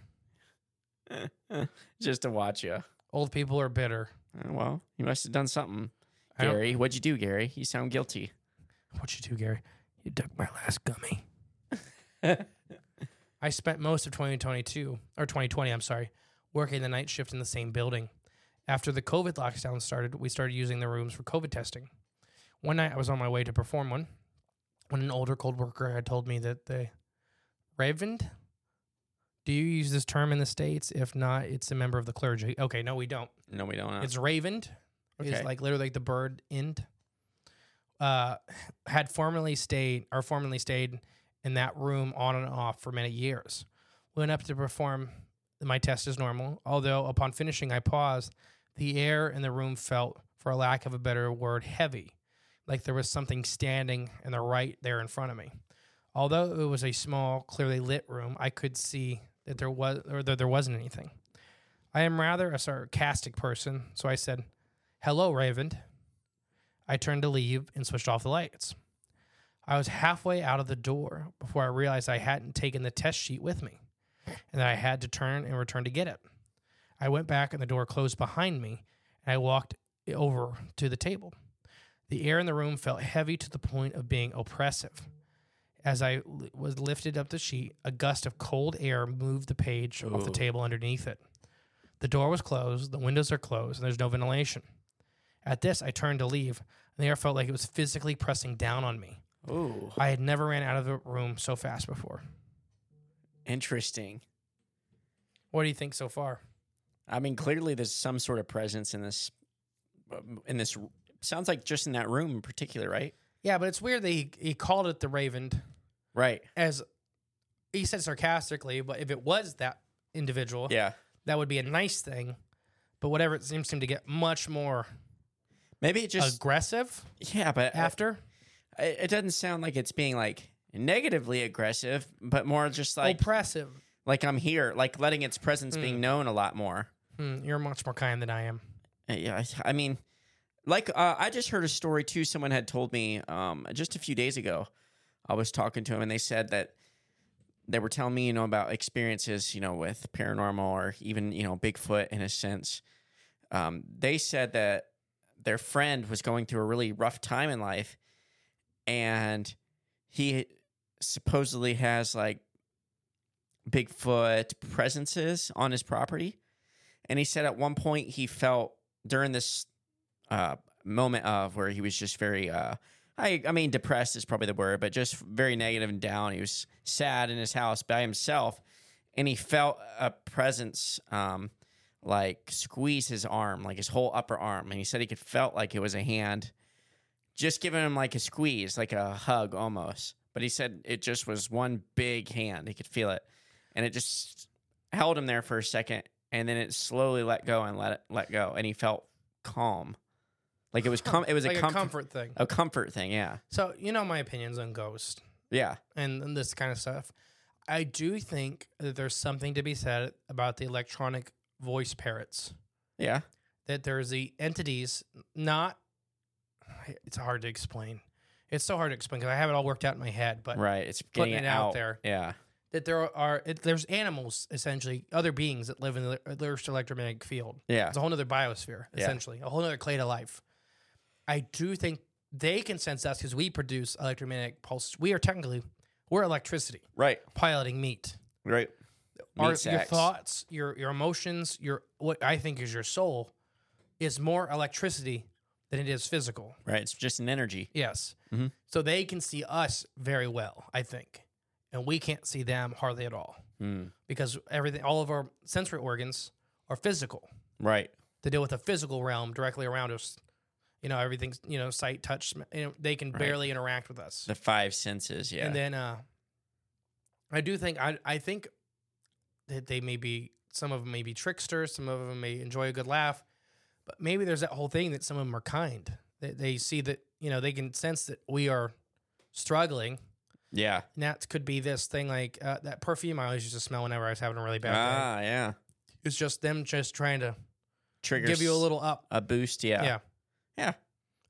[SPEAKER 4] just to watch you.
[SPEAKER 1] Old people are bitter.
[SPEAKER 4] Uh, Well, you must have done something,
[SPEAKER 1] I don't-
[SPEAKER 4] Gary. What'd you do, Gary? You sound guilty.
[SPEAKER 1] What you do, Gary? You took my last gummy. I spent most of 2022 or 2020, I'm sorry, working the night shift in the same building. After the COVID lockdown started, we started using the rooms for COVID testing. One night I was on my way to perform one when an older cold worker had told me that they ravened. Do you use this term in the States? If not, it's a member of the clergy. Okay, no, we don't.
[SPEAKER 4] No, we don't. Know.
[SPEAKER 1] It's ravened. It's
[SPEAKER 4] Okay.
[SPEAKER 1] like literally like the bird end. Uh, [sighs] had formerly stayed or formerly stayed in that room on and off for many years. Went up to perform my test as normal, although upon finishing, I paused. The air in the room felt, for lack of a better word, heavy, like there was something standing in the right there in front of me. Although it was a small, clearly lit room, I could see that there was or that there wasn't anything. I am rather a sarcastic person, so I said, Hello, Raven. I turned to leave and switched off the lights. I was halfway out of the door before I realized I hadn't taken the test sheet with me and that I had to turn and return to get it. I went back and the door closed behind me and I walked over to the table. The air in the room felt heavy to the point of being oppressive. As I li- was lifted up the sheet, a gust of cold air moved the page off the
[SPEAKER 4] Ooh.
[SPEAKER 1] table underneath it. The door was closed, the windows are closed, and there's no ventilation. At this, I turned to leave, and the air felt like it was physically pressing down on me.
[SPEAKER 4] Ooh,
[SPEAKER 1] I had never ran out of the room so fast before.
[SPEAKER 4] interesting.
[SPEAKER 1] What do you think so far?
[SPEAKER 4] I mean, clearly there's some sort of presence in this. um, In this, sounds like just in that room in particular, right?
[SPEAKER 1] Yeah, but it's weird that he, he called it the Raven
[SPEAKER 4] Right.
[SPEAKER 1] as he said sarcastically, but if it was that individual,
[SPEAKER 4] Yeah.
[SPEAKER 1] that would be a nice thing. But whatever, it seems to him to get much more
[SPEAKER 4] Maybe it just.
[SPEAKER 1] aggressive
[SPEAKER 4] yeah, but
[SPEAKER 1] after.
[SPEAKER 4] it, it doesn't sound like it's being like negatively aggressive, but more just like
[SPEAKER 1] Oppressive.
[SPEAKER 4] like I'm here, like letting its presence being known a lot more.
[SPEAKER 1] Hmm, you're much more kind than I am.
[SPEAKER 4] Uh, Yeah, I I mean, like uh, I just heard a story too. Someone had told me um, just a few days ago. I was talking to him, and they said that they were telling me, you know, about experiences, you know, with paranormal or even you know Bigfoot in a sense. Um, they said that their friend was going through a really rough time in life, and he supposedly has like Bigfoot presences on his property. And he said at one point he felt during this uh, moment of where he was just very, uh, I, I mean, depressed is probably the word, but just very negative and down. He was sad in his house by himself. And he felt a presence um, like squeeze his arm, like his whole upper arm. And he said he could felt like it was a hand just giving him like a squeeze, like a hug almost. But he said it just was one big hand. He could feel it. And it just held him there for a second and then it slowly let go and let it let go and he felt calm. Like it was com- it was
[SPEAKER 1] like
[SPEAKER 4] a, comfort,
[SPEAKER 1] a comfort thing.
[SPEAKER 4] a comfort thing, yeah.
[SPEAKER 1] So you know my opinions on ghosts
[SPEAKER 4] Yeah.
[SPEAKER 1] and, and this kind of stuff. I do think that there's something to be said about the electronic voice parrots.
[SPEAKER 4] Yeah.
[SPEAKER 1] that there's the entities not it's hard to explain it's so hard to explain because i have it all worked out in my head but
[SPEAKER 4] right. It's
[SPEAKER 1] putting
[SPEAKER 4] getting
[SPEAKER 1] it out there.
[SPEAKER 4] Yeah.
[SPEAKER 1] that there are it, there's animals essentially other beings that live in the earth's electromagnetic field
[SPEAKER 4] Yeah.
[SPEAKER 1] it's a whole other biosphere
[SPEAKER 4] Yeah.
[SPEAKER 1] essentially a whole other clade of life i do think they can sense us because we produce electromagnetic pulses we are technically we're electricity
[SPEAKER 4] Right.
[SPEAKER 1] piloting meat
[SPEAKER 4] Right.
[SPEAKER 1] our,
[SPEAKER 4] Meat
[SPEAKER 1] your
[SPEAKER 4] sacks.
[SPEAKER 1] thoughts, your your emotions, your what I think is your soul, is more electricity than it is physical.
[SPEAKER 4] Right. It's just an energy.
[SPEAKER 1] Yes.
[SPEAKER 4] Mhm.
[SPEAKER 1] So they can see us very well, I think, and we can't see them hardly at all
[SPEAKER 4] Mm.
[SPEAKER 1] because everything, all of our sensory organs are physical.
[SPEAKER 4] Right.
[SPEAKER 1] They deal with the physical realm directly around us. You know, everything's you know sight, touch. sm- You know, they can
[SPEAKER 4] Right.
[SPEAKER 1] barely interact with us.
[SPEAKER 4] The five senses, yeah.
[SPEAKER 1] And then uh, I do think I I think that they may be some of them may be tricksters, some of them may enjoy a good laugh, but maybe there's that whole thing that some of them are kind. They, they see that you know they can sense that we are struggling.
[SPEAKER 4] yeah.
[SPEAKER 1] And that could be this thing like uh, that perfume I always used to smell whenever I was having a really bad day.
[SPEAKER 4] Ah, yeah.
[SPEAKER 1] It's just them just trying to
[SPEAKER 4] Triggers
[SPEAKER 1] give you a little up.
[SPEAKER 4] a boost, yeah.
[SPEAKER 1] yeah,
[SPEAKER 4] Yeah.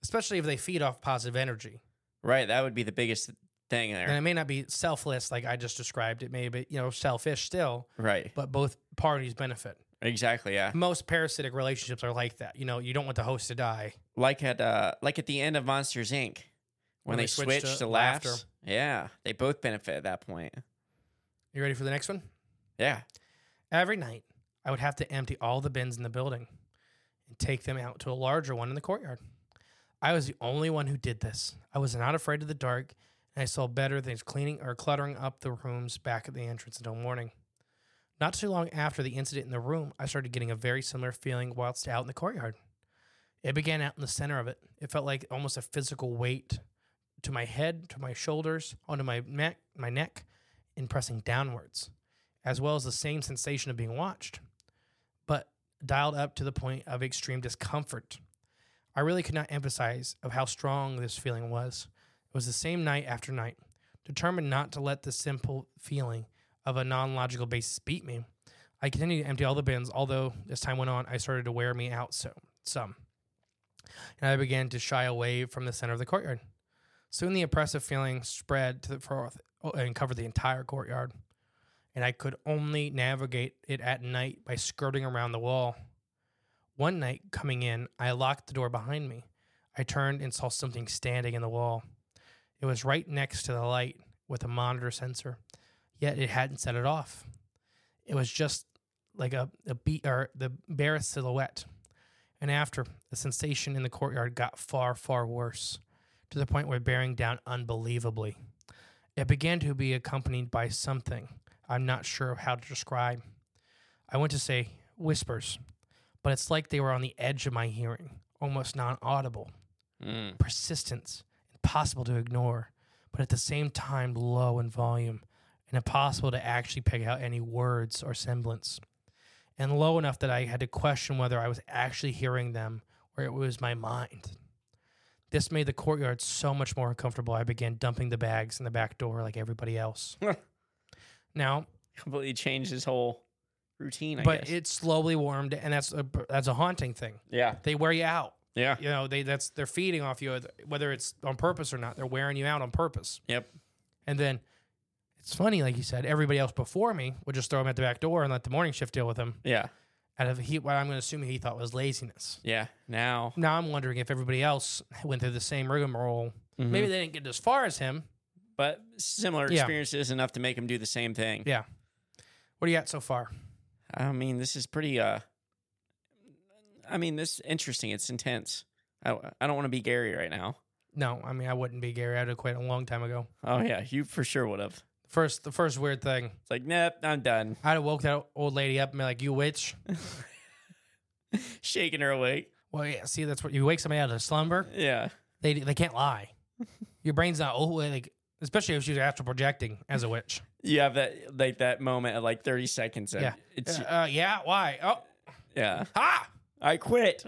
[SPEAKER 1] especially if they feed off positive energy.
[SPEAKER 4] Right. That would be the biggest thing
[SPEAKER 1] And it
[SPEAKER 4] there.
[SPEAKER 1] may not be selfless like I just described. It may be you know selfish still,
[SPEAKER 4] Right.
[SPEAKER 1] but both parties benefit.
[SPEAKER 4] Exactly. Yeah.
[SPEAKER 1] Most parasitic relationships are like that. You know, you don't want the host to die.
[SPEAKER 4] Like at uh, like at the end of Monsters Inc. When, they, switched, to, laughter.
[SPEAKER 1] laughter.
[SPEAKER 4] Yeah. They both benefit at that point.
[SPEAKER 1] You ready for the next one?
[SPEAKER 4] Yeah.
[SPEAKER 1] Every night, I would have to empty all the bins in the building and take them out to a larger one in the courtyard. I was the only one who did this. I was not afraid of the dark, and I saw better things cleaning or cluttering up the rooms back at the entrance until morning. Not too long after the incident in the room, I started getting a very similar feeling whilst out in the courtyard. It began out in the center of it. It felt like almost a physical weight to my head, to my shoulders, onto my neck, my neck, and pressing downwards, as well as the same sensation of being watched, but dialed up to the point of extreme discomfort. I really could not emphasize of how strong this feeling was. It was the same night after night. Determined not to let the simple feeling of a non-logical basis beat me, I continued to empty all the bins. Although as time went on, I started to wear me out so some, and I began to shy away from the center of the courtyard. Soon the oppressive feeling spread to the forth and covered the entire courtyard, and I could only navigate it at night by skirting around the wall. One night coming in, I locked the door behind me. I turned and saw something standing in the wall. It was right next to the light with a monitor sensor, yet it hadn't set it off. It was just like a, a beat or the barest silhouette. And after, the sensation in the courtyard got far, far worse, to the point where bearing down unbelievably. It began to be accompanied by something I'm not sure how to describe. I want to say whispers, but it's like they were on the edge of my hearing, almost non audible.
[SPEAKER 4] Mm.
[SPEAKER 1] Persistence, impossible to ignore, but at the same time low in volume and impossible to actually pick out any words or semblance. And low enough that I had to question whether I was actually hearing them or it was my mind. This made the courtyard so much more uncomfortable. I began dumping the bags in the back door like everybody
[SPEAKER 4] [laughs]
[SPEAKER 1] else. now,
[SPEAKER 4] Completely changed his whole routine. I
[SPEAKER 1] but
[SPEAKER 4] guess.
[SPEAKER 1] it slowly warmed, and that's a that's a haunting thing.
[SPEAKER 4] yeah,
[SPEAKER 1] They wear you out.
[SPEAKER 4] yeah,
[SPEAKER 1] You know, they that's they're feeding off you, whether it's on purpose or not. They're wearing you out on purpose.
[SPEAKER 4] yep.
[SPEAKER 1] And then it's funny, like you said, everybody else before me would just throw him at the back door and let the morning shift deal with him.
[SPEAKER 4] Yeah.
[SPEAKER 1] Out of he, what I'm going to assume he thought was laziness.
[SPEAKER 4] Yeah. Now.
[SPEAKER 1] Now I'm wondering if everybody else went through the same rigmarole.
[SPEAKER 4] Mm-hmm.
[SPEAKER 1] Maybe they didn't get as far as him.
[SPEAKER 4] But similar
[SPEAKER 1] Yeah.
[SPEAKER 4] experiences enough to make him do the same thing.
[SPEAKER 1] Yeah. What do you got so far?
[SPEAKER 4] I mean, this is pretty. uh I mean, this is interesting. It's intense. I, I don't want to be Gary right now.
[SPEAKER 1] No, I mean I wouldn't be Gary. I'd have quit a long time ago.
[SPEAKER 4] Oh yeah, you for sure would have.
[SPEAKER 1] First, the first weird thing,
[SPEAKER 4] It's like, nope, I'm done.
[SPEAKER 1] I'd have woke that old lady up and been like, "You
[SPEAKER 4] [laughs]
[SPEAKER 1] witch."
[SPEAKER 4] Shaking her awake.
[SPEAKER 1] Well, yeah. See, that's what you wake somebody out of slumber.
[SPEAKER 4] Yeah.
[SPEAKER 1] They they can't
[SPEAKER 4] [laughs]
[SPEAKER 1] lie. Your brain's not oh like especially if she's astral projecting as a witch.
[SPEAKER 4] You have that like that moment at like 30 seconds. Of,
[SPEAKER 1] Yeah.
[SPEAKER 4] It's
[SPEAKER 1] Uh, uh, yeah. Why? Oh,
[SPEAKER 4] yeah.
[SPEAKER 1] ha!
[SPEAKER 4] I quit.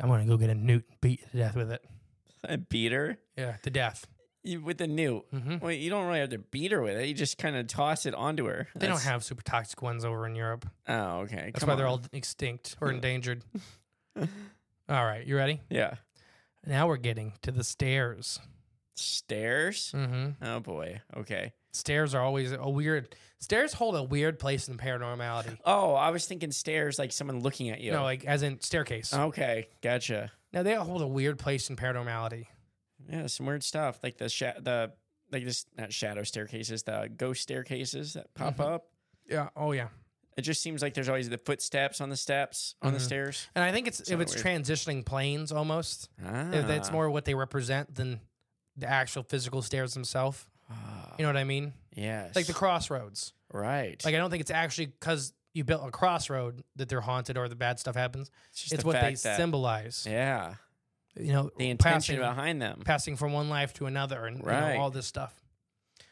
[SPEAKER 1] I'm gonna go get a newt and beat to death with it.
[SPEAKER 4] I beat her
[SPEAKER 1] Yeah, to death.
[SPEAKER 4] You- with the new.
[SPEAKER 1] Mhm.
[SPEAKER 4] Well, you don't really have to beat her with it. You just kind of toss it onto her.
[SPEAKER 1] They don't have super toxic ones over in Europe.
[SPEAKER 4] have. Oh, okay.
[SPEAKER 1] That's
[SPEAKER 4] Come
[SPEAKER 1] why they're
[SPEAKER 4] on.
[SPEAKER 1] all extinct or
[SPEAKER 4] [laughs]
[SPEAKER 1] endangered. all right, you ready?
[SPEAKER 4] Yeah.
[SPEAKER 1] Now we're getting to the stairs.
[SPEAKER 4] Stairs.
[SPEAKER 1] Mm-hmm.
[SPEAKER 4] Oh boy. Okay.
[SPEAKER 1] Stairs are always a weird. Stairs hold a weird place in paranormality.
[SPEAKER 4] Oh, I was thinking stairs, like someone looking at you.
[SPEAKER 1] No, like as in staircase.
[SPEAKER 4] okay, gotcha.
[SPEAKER 1] Now they hold a weird place in paranormality.
[SPEAKER 4] Yeah, some weird stuff like the sha- the like this not shadow staircases, the ghost staircases that pop up.
[SPEAKER 1] Yeah. Oh yeah.
[SPEAKER 4] It just seems like there's always the footsteps on the steps on the stairs.
[SPEAKER 1] And I think it's if
[SPEAKER 4] Sound
[SPEAKER 1] it's
[SPEAKER 4] weird.
[SPEAKER 1] transitioning planes almost. If that's
[SPEAKER 4] Ah.
[SPEAKER 1] more what they represent than the actual physical stairs themselves.
[SPEAKER 4] Ah.
[SPEAKER 1] You know what I mean?
[SPEAKER 4] Yes.
[SPEAKER 1] Like the crossroads.
[SPEAKER 4] right.
[SPEAKER 1] Like I don't think it's actually because you built a crossroad that they're haunted or the bad stuff happens.
[SPEAKER 4] it's just
[SPEAKER 1] It's
[SPEAKER 4] the
[SPEAKER 1] what they
[SPEAKER 4] fact that-
[SPEAKER 1] symbolize.
[SPEAKER 4] Yeah.
[SPEAKER 1] You know,
[SPEAKER 4] The intention
[SPEAKER 1] passing,
[SPEAKER 4] behind them.
[SPEAKER 1] passing from one life to another, and you know,
[SPEAKER 4] Right.
[SPEAKER 1] all this stuff.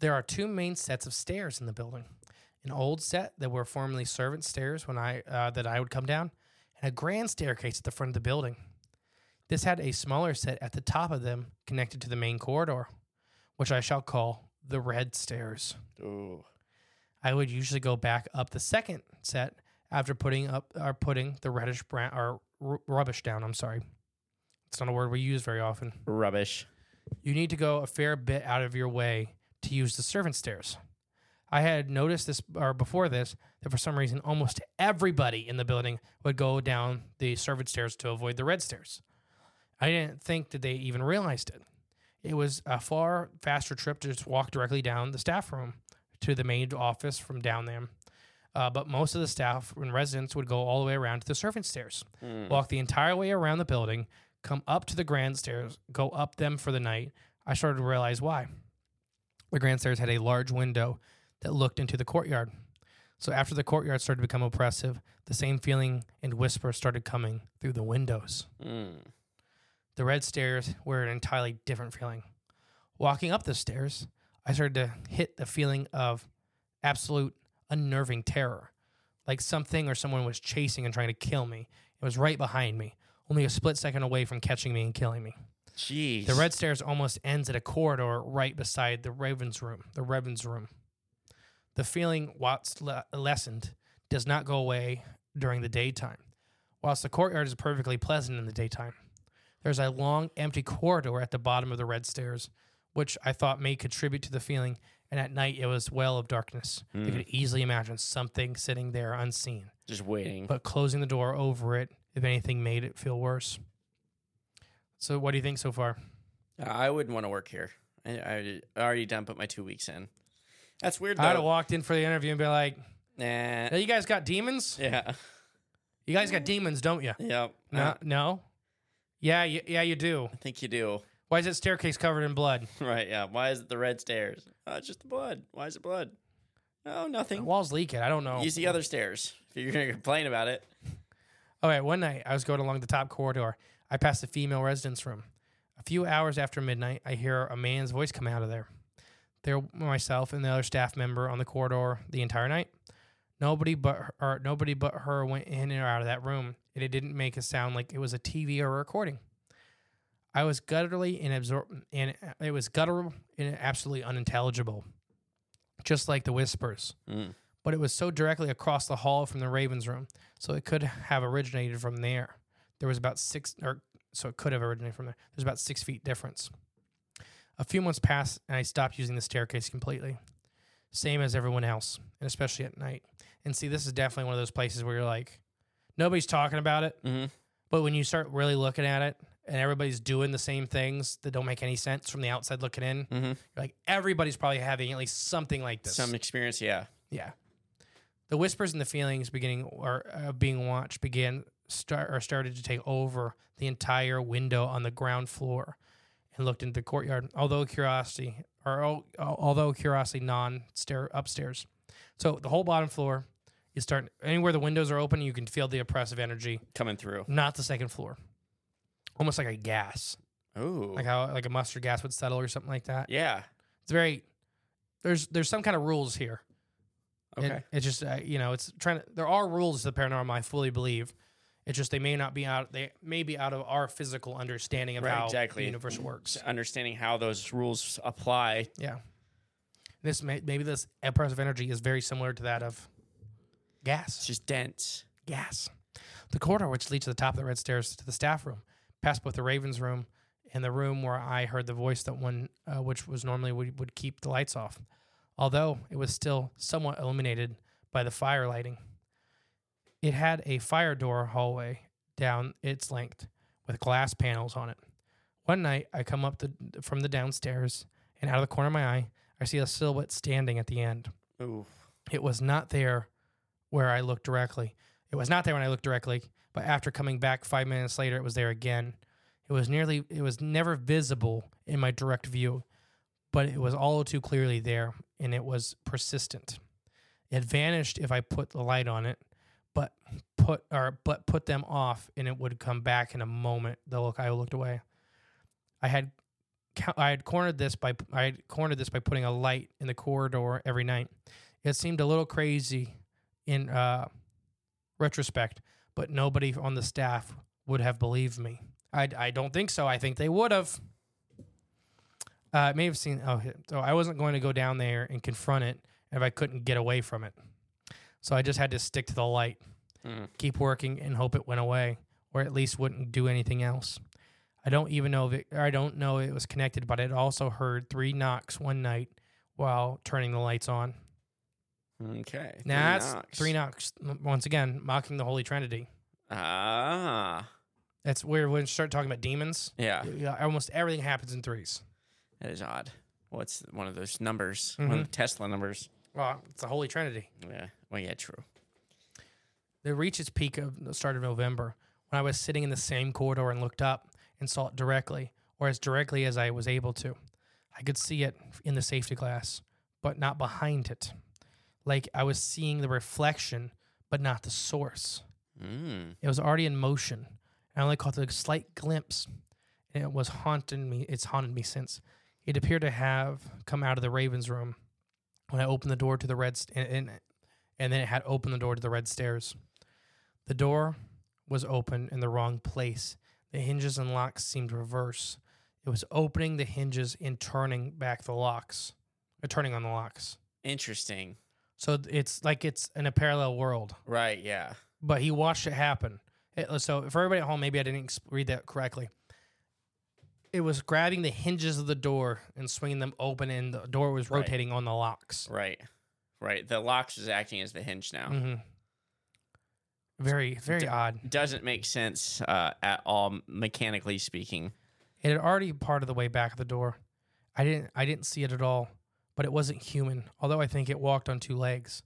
[SPEAKER 1] There are two main sets of stairs in the building: an old set that were formerly servant stairs when I uh, that I would come down, and a grand staircase at the front of the building. This had a smaller set at the top of them, connected to the main corridor, which I shall call the red stairs.
[SPEAKER 4] Ooh.
[SPEAKER 1] I would usually go back up the second set after putting up or putting the reddish brown or r- rubbish down. I'm sorry, it's not a word we use very often.
[SPEAKER 4] Rubbish.
[SPEAKER 1] You need to go a fair bit out of your way to use the servant stairs. I had noticed this or before this that for some reason almost everybody in the building would go down the servant stairs to avoid the red stairs. I didn't think that they even realized it. It was a far faster trip to just walk directly down the staff room to the main office from down there. Uh, but most of the staff and residents would go all the way around to the servant stairs,
[SPEAKER 4] Mm.
[SPEAKER 1] walk the entire way around the building, come up to the grand stairs, go up them for the night. I started to realize why. The grand stairs had a large window that looked into the courtyard. So after the courtyard started to become oppressive, the same feeling and whisper started coming through the windows. The red stairs were an entirely different feeling. Walking up the stairs, I started to hit the feeling of absolute unnerving terror, like something or someone was chasing and trying to kill me. It was right behind me, only a split second away from catching me and killing me.
[SPEAKER 4] Jeez.
[SPEAKER 1] The red stairs almost ends at a corridor right beside the Raven's room. The Raven's room. The feeling, whilst le- lessened, does not go away during the daytime. Whilst the courtyard is perfectly pleasant in the daytime, there's a long, empty corridor at the bottom of the red stairs, which I thought may contribute to the feeling. And at night, it was well of darkness. You
[SPEAKER 4] Mm.
[SPEAKER 1] could easily imagine something sitting there unseen.
[SPEAKER 4] Just waiting.
[SPEAKER 1] But closing the door over it, if anything, made it feel worse. So, what do you think so far?
[SPEAKER 4] I wouldn't want to work here. I, I already- I already done put my two weeks in. That's weird.
[SPEAKER 1] I'd
[SPEAKER 4] though.
[SPEAKER 1] have walked in for the interview and be like,
[SPEAKER 4] Nah.
[SPEAKER 1] "Now you guys got demons?
[SPEAKER 4] Yeah.
[SPEAKER 1] You guys got demons, don't you?
[SPEAKER 4] Yep.
[SPEAKER 1] No,
[SPEAKER 4] Uh,
[SPEAKER 1] no. Yeah, y- yeah, you do.
[SPEAKER 4] I think you do. [laughs]
[SPEAKER 1] Why is that staircase covered in blood?
[SPEAKER 4] Right. Yeah. Why is it the red stairs? Oh, it's just the blood. Why is it blood? Oh,
[SPEAKER 1] The
[SPEAKER 4] nothing.
[SPEAKER 1] walls leaking. I don't know.
[SPEAKER 4] Use the other stairs if you're going to complain about it.
[SPEAKER 1] All right, one night I was going along the top corridor. I passed the female residence room. A few hours after midnight, I hear a man's voice come out of there. There were myself and the other staff member on the corridor the entire night. Nobody but her, or nobody but her went in or out of that room, and it didn't make a sound like it was a TV or a recording. I was gutturally and absor- and it was guttural and absolutely unintelligible, just like the whispers.
[SPEAKER 4] Mm.
[SPEAKER 1] But it was so directly across the hall from the Ravens room, so it could have originated from there. There was about six, or so it could have originated from there. There's about six feet difference. A few months passed, and I stopped using the staircase completely, same as everyone else, and especially at night. And see, this is definitely one of those places where you're like, nobody's talking about it,
[SPEAKER 4] Mhm.
[SPEAKER 1] but when you start really looking at it, and everybody's doing the same things that don't make any sense from the outside looking in,
[SPEAKER 4] Mhm.
[SPEAKER 1] you're like everybody's probably having at least something like this.
[SPEAKER 4] Some experience. Yeah.
[SPEAKER 1] Yeah. The whispers and the feelings beginning or uh, being watched began start or started to take over the entire window on the ground floor and looked into the courtyard. Although curiosity or oh, al- although curiosity non stair upstairs. So the whole bottom floor is starting anywhere the windows are open, you can feel the oppressive energy.
[SPEAKER 4] Coming through.
[SPEAKER 1] Not the second floor. Almost like a gas.
[SPEAKER 4] Oh.
[SPEAKER 1] Like how like a mustard gas would settle or something like that.
[SPEAKER 4] yeah.
[SPEAKER 1] It's very there's there's some kind of rules here. It-
[SPEAKER 4] Okay.
[SPEAKER 1] it's just uh, you know it's trying to. There are rules to the paranormal. I fully believe. It's just they may not be out. They may be out of our physical understanding of
[SPEAKER 4] Right,
[SPEAKER 1] how
[SPEAKER 4] exactly.
[SPEAKER 1] the universe works.
[SPEAKER 4] Understanding how those rules apply.
[SPEAKER 1] Yeah. This may, maybe this oppressive energy is very similar to that of
[SPEAKER 4] It's
[SPEAKER 1] gas.
[SPEAKER 4] just dense.
[SPEAKER 1] Gas. The corridor which leads to the top of the red stairs to the staff room, past both the Ravens room and the room where I heard the voice that one uh, which was normally would, would keep the lights off, although it was still somewhat illuminated by the fire lighting. It had a fire door hallway down its length with glass panels on it. One night, I come up the, from the downstairs, and out of the corner of my eye, I see a silhouette standing at the end.
[SPEAKER 4] Ooh.
[SPEAKER 1] It was not there where I looked directly. It was not there when I looked directly, but after coming back five minutes later, it was there again. It was nearly, it was never visible in my direct view, but it was all too clearly there, and it was persistent. It vanished if I put the light on it, but put or but put them off, and it would come back in a moment. The look I looked away. I had cou- I had cornered this by I had cornered this by putting a light in the corridor every night. It seemed a little crazy in uh, retrospect, but nobody on the staff would have believed me. I, I don't think so. I think they would have. Uh, I may have seen. Oh, here- so I wasn't going to go down there and confront it if I couldn't get away from it. So I just had to stick to the light,
[SPEAKER 4] Mm.
[SPEAKER 1] keep working, and hope it went away, or at least wouldn't do anything else. I don't even know if it, I don't know it was connected, but I'd also heard three knocks one night while turning the lights on.
[SPEAKER 4] Okay.
[SPEAKER 1] Now that's three knocks. m- Once again, mocking the Holy Trinity.
[SPEAKER 4] Ah.
[SPEAKER 1] That's weird when you start talking about demons.
[SPEAKER 4] Yeah.
[SPEAKER 1] yeah, almost everything happens in threes.
[SPEAKER 4] That is odd. Well, it's one of those numbers, one of
[SPEAKER 1] Mhm.
[SPEAKER 4] the Tesla numbers.
[SPEAKER 1] Well, it's the Holy Trinity.
[SPEAKER 4] Yeah. Well, yeah, true.
[SPEAKER 1] It reached its peak of the start of November when I was sitting in the same corridor and looked up and saw it directly, or as directly as I was able to. I could see it in the safety glass, but not behind it. Like I was seeing the reflection, but not the source.
[SPEAKER 4] Mm.
[SPEAKER 1] It was already in motion. I only caught a slight glimpse, and it was haunting me. It's haunted me since. It appeared to have come out of the Ravens room when I opened the door to the red st- and, and and then it had opened the door to the red stairs. The door was open in the wrong place. The hinges and locks seemed reverse. It was opening the hinges and turning back the locks, or turning on the locks.
[SPEAKER 4] Interesting.
[SPEAKER 1] So th- it's like it's in a parallel world.
[SPEAKER 4] Right. Yeah.
[SPEAKER 1] But he watched it happen. It- uh, so for everybody at home, maybe I didn't ex- read that correctly. It was grabbing the hinges of the door and swinging them open, and the door was
[SPEAKER 4] Right.
[SPEAKER 1] rotating on the locks.
[SPEAKER 4] Right. Right. The locks is acting as the hinge now.
[SPEAKER 1] hmm Very, very
[SPEAKER 4] D-
[SPEAKER 1] odd.
[SPEAKER 4] Doesn't make sense uh, at all, mechanically speaking.
[SPEAKER 1] It had already part of the way back of the door. I didn't I didn't see it at all, but it wasn't human, although I think it walked on two legs.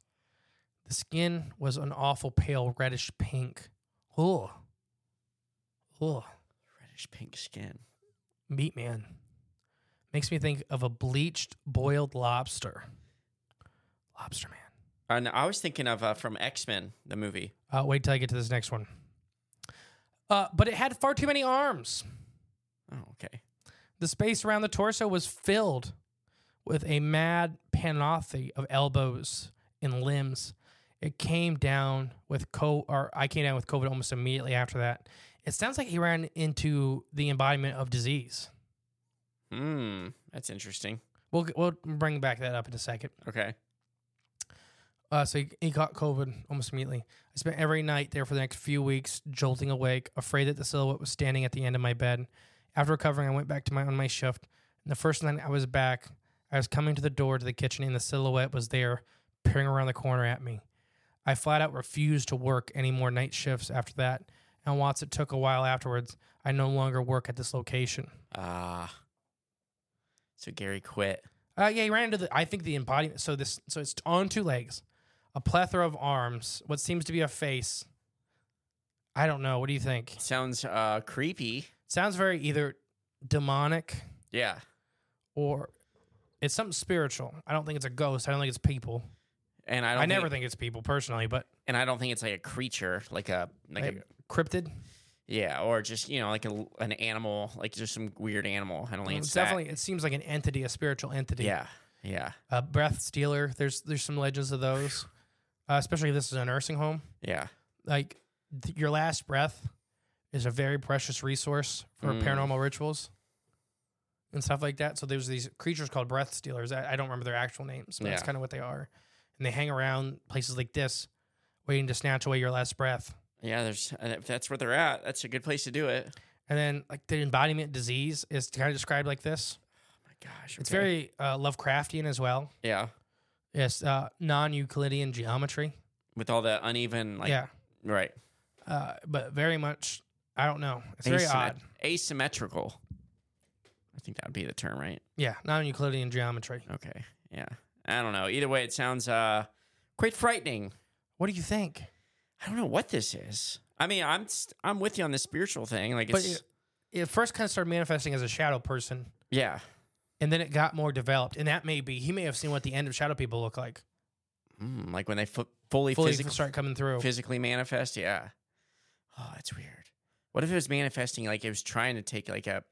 [SPEAKER 1] The skin was an awful pale reddish pink. Ugh. Ugh.
[SPEAKER 4] Reddish pink skin.
[SPEAKER 1] Meat man. Makes me think of a bleached boiled lobster. Lobster man.
[SPEAKER 4] And I was thinking of uh, from X Men, the movie.
[SPEAKER 1] Uh, wait till I get to this next one. Uh, but it had far too many arms.
[SPEAKER 4] Oh, okay.
[SPEAKER 1] The space around the torso was filled with a mad panoply of elbows and limbs. It came down with co or I came down with COVID almost immediately after that. It sounds like he ran into the embodiment of disease.
[SPEAKER 4] Hmm. That's interesting.
[SPEAKER 1] We'll we'll bring back that up in a second.
[SPEAKER 4] Okay.
[SPEAKER 1] Uh, so he, he caught COVID almost immediately. I spent every night there for the next few weeks, jolting awake, afraid that the silhouette was standing at the end of my bed. After recovering, I went back to my on my shift. And the first night I was back, I was coming to the door to the kitchen, and the silhouette was there, peering around the corner at me. I flat out refused to work any more night shifts after that. And whilst it took a while afterwards, I no longer work at this location.
[SPEAKER 4] Ah. so Gary quit.
[SPEAKER 1] Uh, yeah, he ran into the. I think the embodiment. So this. So it's on two legs, a plethora of arms, what seems to be a face. I don't know. What do you think?
[SPEAKER 4] Sounds uh, creepy.
[SPEAKER 1] Sounds very either demonic
[SPEAKER 4] Yeah.
[SPEAKER 1] or it's something spiritual. I don't think it's a ghost. I don't think it's people.
[SPEAKER 4] And I
[SPEAKER 1] I,
[SPEAKER 4] don't.
[SPEAKER 1] never
[SPEAKER 4] think.
[SPEAKER 1] think it's people personally, but
[SPEAKER 4] And I don't think it's like a creature, like a like a
[SPEAKER 1] like, cryptid.
[SPEAKER 4] yeah, or just you know like a, an animal, like just some weird animal. I don't think
[SPEAKER 1] It's
[SPEAKER 4] it's that.
[SPEAKER 1] definitely. It seems like an entity, a spiritual entity.
[SPEAKER 4] Yeah. Yeah.
[SPEAKER 1] A breath stealer. There's there's some legends of those, uh, especially if this is a nursing home.
[SPEAKER 4] Yeah.
[SPEAKER 1] like th- your last breath is a very precious resource for
[SPEAKER 4] Mm.
[SPEAKER 1] paranormal rituals and stuff like that. So there's these creatures called breath stealers. I, I don't remember their actual names, but that's
[SPEAKER 4] Yeah.
[SPEAKER 1] kind of what they are. And they hang around places like this, waiting to snatch away your last breath.
[SPEAKER 4] Yeah. There's and if that's where they're at. That's a good place to do it.
[SPEAKER 1] And then like the embodiment disease is kind of described like this.
[SPEAKER 4] Oh my gosh.
[SPEAKER 1] It's
[SPEAKER 4] okay.
[SPEAKER 1] very uh, Lovecraftian as well.
[SPEAKER 4] yeah
[SPEAKER 1] Yes, uh, non-Euclidean geometry.
[SPEAKER 4] with all the uneven like
[SPEAKER 1] yeah,
[SPEAKER 4] right
[SPEAKER 1] uh, but very much. I don't know. It's very
[SPEAKER 4] Asymmet-
[SPEAKER 1] odd.
[SPEAKER 4] asymmetrical. I think that would be the term, right?
[SPEAKER 1] Yeah, non-Euclidean geometry.
[SPEAKER 4] Okay. Yeah. I don't know. Either way, it sounds uh quite frightening.
[SPEAKER 1] What do you think?
[SPEAKER 4] I don't know what this is. I mean, I'm st- I'm with you on the spiritual thing. Like
[SPEAKER 1] But
[SPEAKER 4] it's
[SPEAKER 1] it, it first kind of started manifesting as a shadow person,
[SPEAKER 4] yeah.
[SPEAKER 1] and then it got more developed. And that may be he may have seen what the end of shadow people look like.
[SPEAKER 4] Mm, like when they fu- fully,
[SPEAKER 1] Fully
[SPEAKER 4] physic-
[SPEAKER 1] start coming through.
[SPEAKER 4] physically manifest. Yeah. Oh, that's weird. What if it was manifesting like it was trying to take like a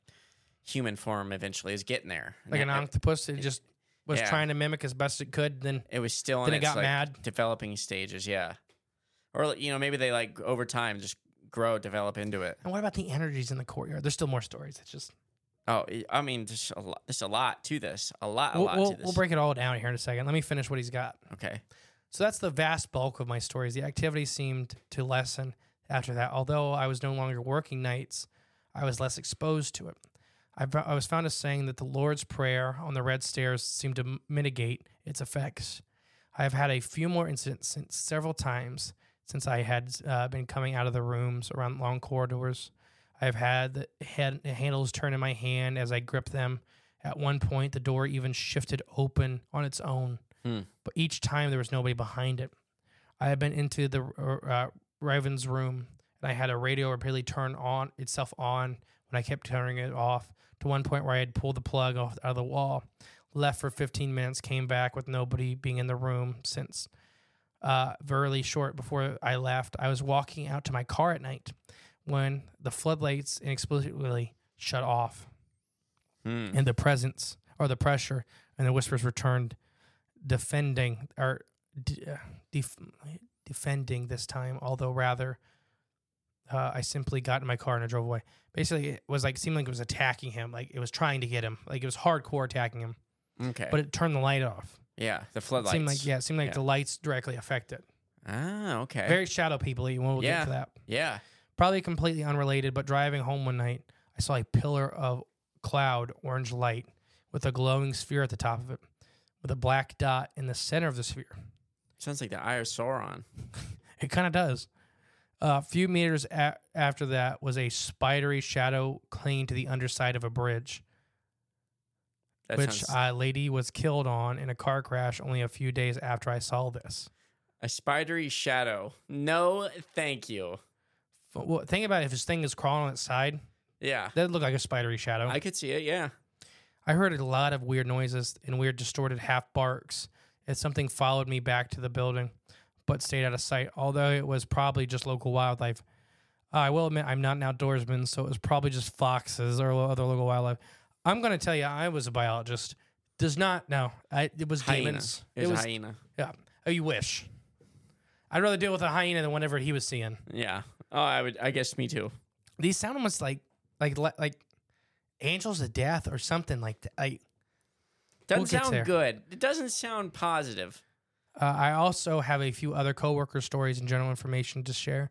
[SPEAKER 4] human form eventually? Is getting there And
[SPEAKER 1] like an
[SPEAKER 4] that-
[SPEAKER 1] octopus, it just was
[SPEAKER 4] Yeah.
[SPEAKER 1] trying to mimic as best it could. Then
[SPEAKER 4] It was still in
[SPEAKER 1] Then it
[SPEAKER 4] its
[SPEAKER 1] got
[SPEAKER 4] like,
[SPEAKER 1] mad.
[SPEAKER 4] developing stages, yeah. Or like, you know, maybe they like over time just grow, develop into it.
[SPEAKER 1] and what about the energies in the courtyard? There's still more stories. It's just
[SPEAKER 4] Oh, I- I mean, just a lot. There's a lot to this. A lot. A
[SPEAKER 1] we'll,
[SPEAKER 4] lot
[SPEAKER 1] we'll,
[SPEAKER 4] to this.
[SPEAKER 1] we'll break it all down here in a second. Let me finish what he's got.
[SPEAKER 4] Okay.
[SPEAKER 1] So that's the vast bulk of my stories. The activity seemed to lessen after that. Although I was no longer working nights, I was less exposed to it. I, fo- I was found as saying that the Lord's Prayer on the Red Stairs seemed to m- mitigate its effects. I have had a few more incidents since several times since I had uh, been coming out of the rooms around long corridors. I've had the head, the handles turn in my hand as I grip them. At one point, the door even shifted open on its own. But each time there was nobody behind it. I had been into the uh, Raven's room and I had a radio repeatedly turn on itself on when I kept turning it off to one point where I had pulled the plug off out of the wall, left for 15 minutes, came back with nobody being in the room since uh, very short before I left. I was walking out to my car at night when the floodlights inexplicably shut off and the presence or the pressure and the whispers returned defending or d- uh, def- defending this time although rather uh, i simply got in my car and i drove away basically it was like seemed like it was attacking him like it was trying to get him like it was hardcore attacking him
[SPEAKER 4] Okay.
[SPEAKER 1] but it turned the light off
[SPEAKER 4] yeah, the
[SPEAKER 1] it
[SPEAKER 4] floodlights.
[SPEAKER 1] seemed like yeah Eh. it seemed like the Eh. lights directly affect it
[SPEAKER 4] Ah, okay.
[SPEAKER 1] very shadow people you won't
[SPEAKER 4] yeah.
[SPEAKER 1] get to that
[SPEAKER 4] Yeah.
[SPEAKER 1] probably completely unrelated, but driving home one night, I saw a pillar of cloud orange light with a glowing sphere at the top of it, with a black dot in the center of the sphere.
[SPEAKER 4] Sounds like the Eye of Sauron.
[SPEAKER 1] It kind of does. A few meters a- after that was a spidery shadow clinging to the underside of a bridge,
[SPEAKER 4] That
[SPEAKER 1] which
[SPEAKER 4] sounds-
[SPEAKER 1] a lady was killed on in a car crash only a few days after I saw this.
[SPEAKER 4] A spidery shadow. No, thank you.
[SPEAKER 1] But, well, think about it, if this thing is crawling on its side,
[SPEAKER 4] Yeah.
[SPEAKER 1] that'd look like a spidery shadow.
[SPEAKER 4] I could see it. Yeah.
[SPEAKER 1] I heard a lot of weird noises and weird distorted half barks as something followed me back to the building, but stayed out of sight. Although it was probably just local wildlife. I will admit I'm not an outdoorsman, so it was probably just foxes or lo- other local wildlife. I'm gonna tell you, I was a biologist. Does not no, I, it was
[SPEAKER 4] Hyena.
[SPEAKER 1] demons.
[SPEAKER 4] It was hyena.
[SPEAKER 1] Yeah. Oh, you wish. I'd rather deal with a hyena than whatever he was seeing.
[SPEAKER 4] Yeah. Oh, I would. I guess me too.
[SPEAKER 1] These sound almost like like like, like angels of death or something like that. I,
[SPEAKER 4] Doesn't
[SPEAKER 1] We'll get
[SPEAKER 4] sound
[SPEAKER 1] there.
[SPEAKER 4] good. It doesn't sound positive.
[SPEAKER 1] Uh, I also have a few other coworker stories and general information to share.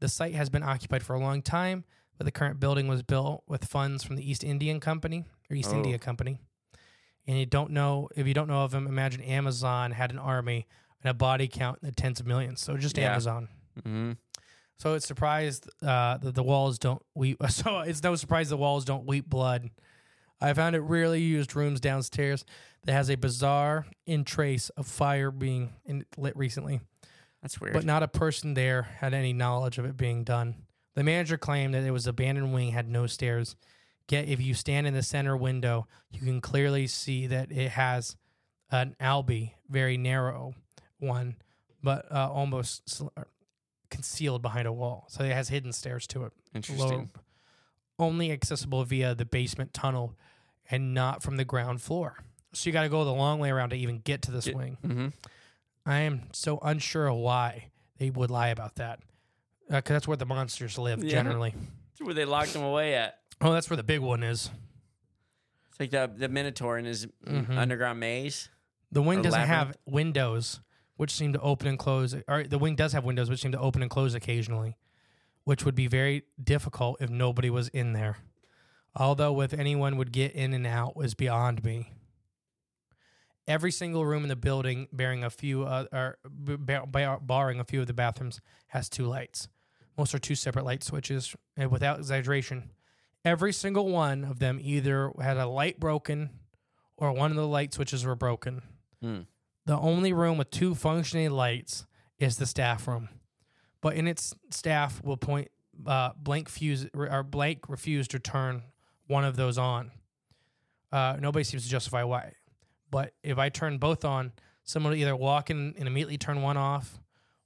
[SPEAKER 1] The site has been occupied for a long time, but the current building was built with funds from the East Indian Company or East
[SPEAKER 4] Oh.
[SPEAKER 1] India Company. And you don't know if you don't know of them. Imagine Amazon had an army and a body count in the tens of millions. So just
[SPEAKER 4] Yeah.
[SPEAKER 1] Amazon.
[SPEAKER 4] Mm-hmm.
[SPEAKER 1] So it's surprised uh, that the walls don't weep. [laughs] So it's no surprise the walls don't weep blood. I found it rarely used rooms downstairs that has a bizarre in trace of fire being in, lit recently,
[SPEAKER 4] That's weird.
[SPEAKER 1] but not a person there had any knowledge of it being done. The manager claimed that it was abandoned wing had no stairs. Yet if you stand in the center window, you can clearly see that it has an albi, very narrow one, but uh, almost sl- or concealed behind a wall. So it has hidden stairs to it.
[SPEAKER 4] Interesting.
[SPEAKER 1] only accessible via the basement tunnel and not from the ground floor. So you got to go the long way around to even get to this wing.
[SPEAKER 4] Mhm.
[SPEAKER 1] I am so unsure why they would lie about that. Because that's where the monsters live
[SPEAKER 4] Yeah.
[SPEAKER 1] generally.
[SPEAKER 4] Where they locked him away at?
[SPEAKER 1] Oh, that's where the big one is.
[SPEAKER 4] It's like the the Minotaur in his mm,
[SPEAKER 1] Mhm.
[SPEAKER 4] underground maze.
[SPEAKER 1] The wing
[SPEAKER 4] Or
[SPEAKER 1] doesn't have
[SPEAKER 4] labyrinth.
[SPEAKER 1] windows, which seem to open and close. Or the wing does have windows, which seem to open and close occasionally, which would be very difficult if nobody was in there. Although, if anyone would get in and out, was beyond me. Every single room in the building, bearing a few, uh, or b- bar- bar- barring a few of the bathrooms, has two lights. Most are two separate light switches, and without exaggeration, every single one of them either had a light broken, or one of the light switches were broken. The only room with two functioning lights is the staff room, but in its staff will point uh, blank fuse or blank refuse to turn one of those on. Uh, nobody seems to justify why, but if I turn both on, someone will either walk in and immediately turn one off,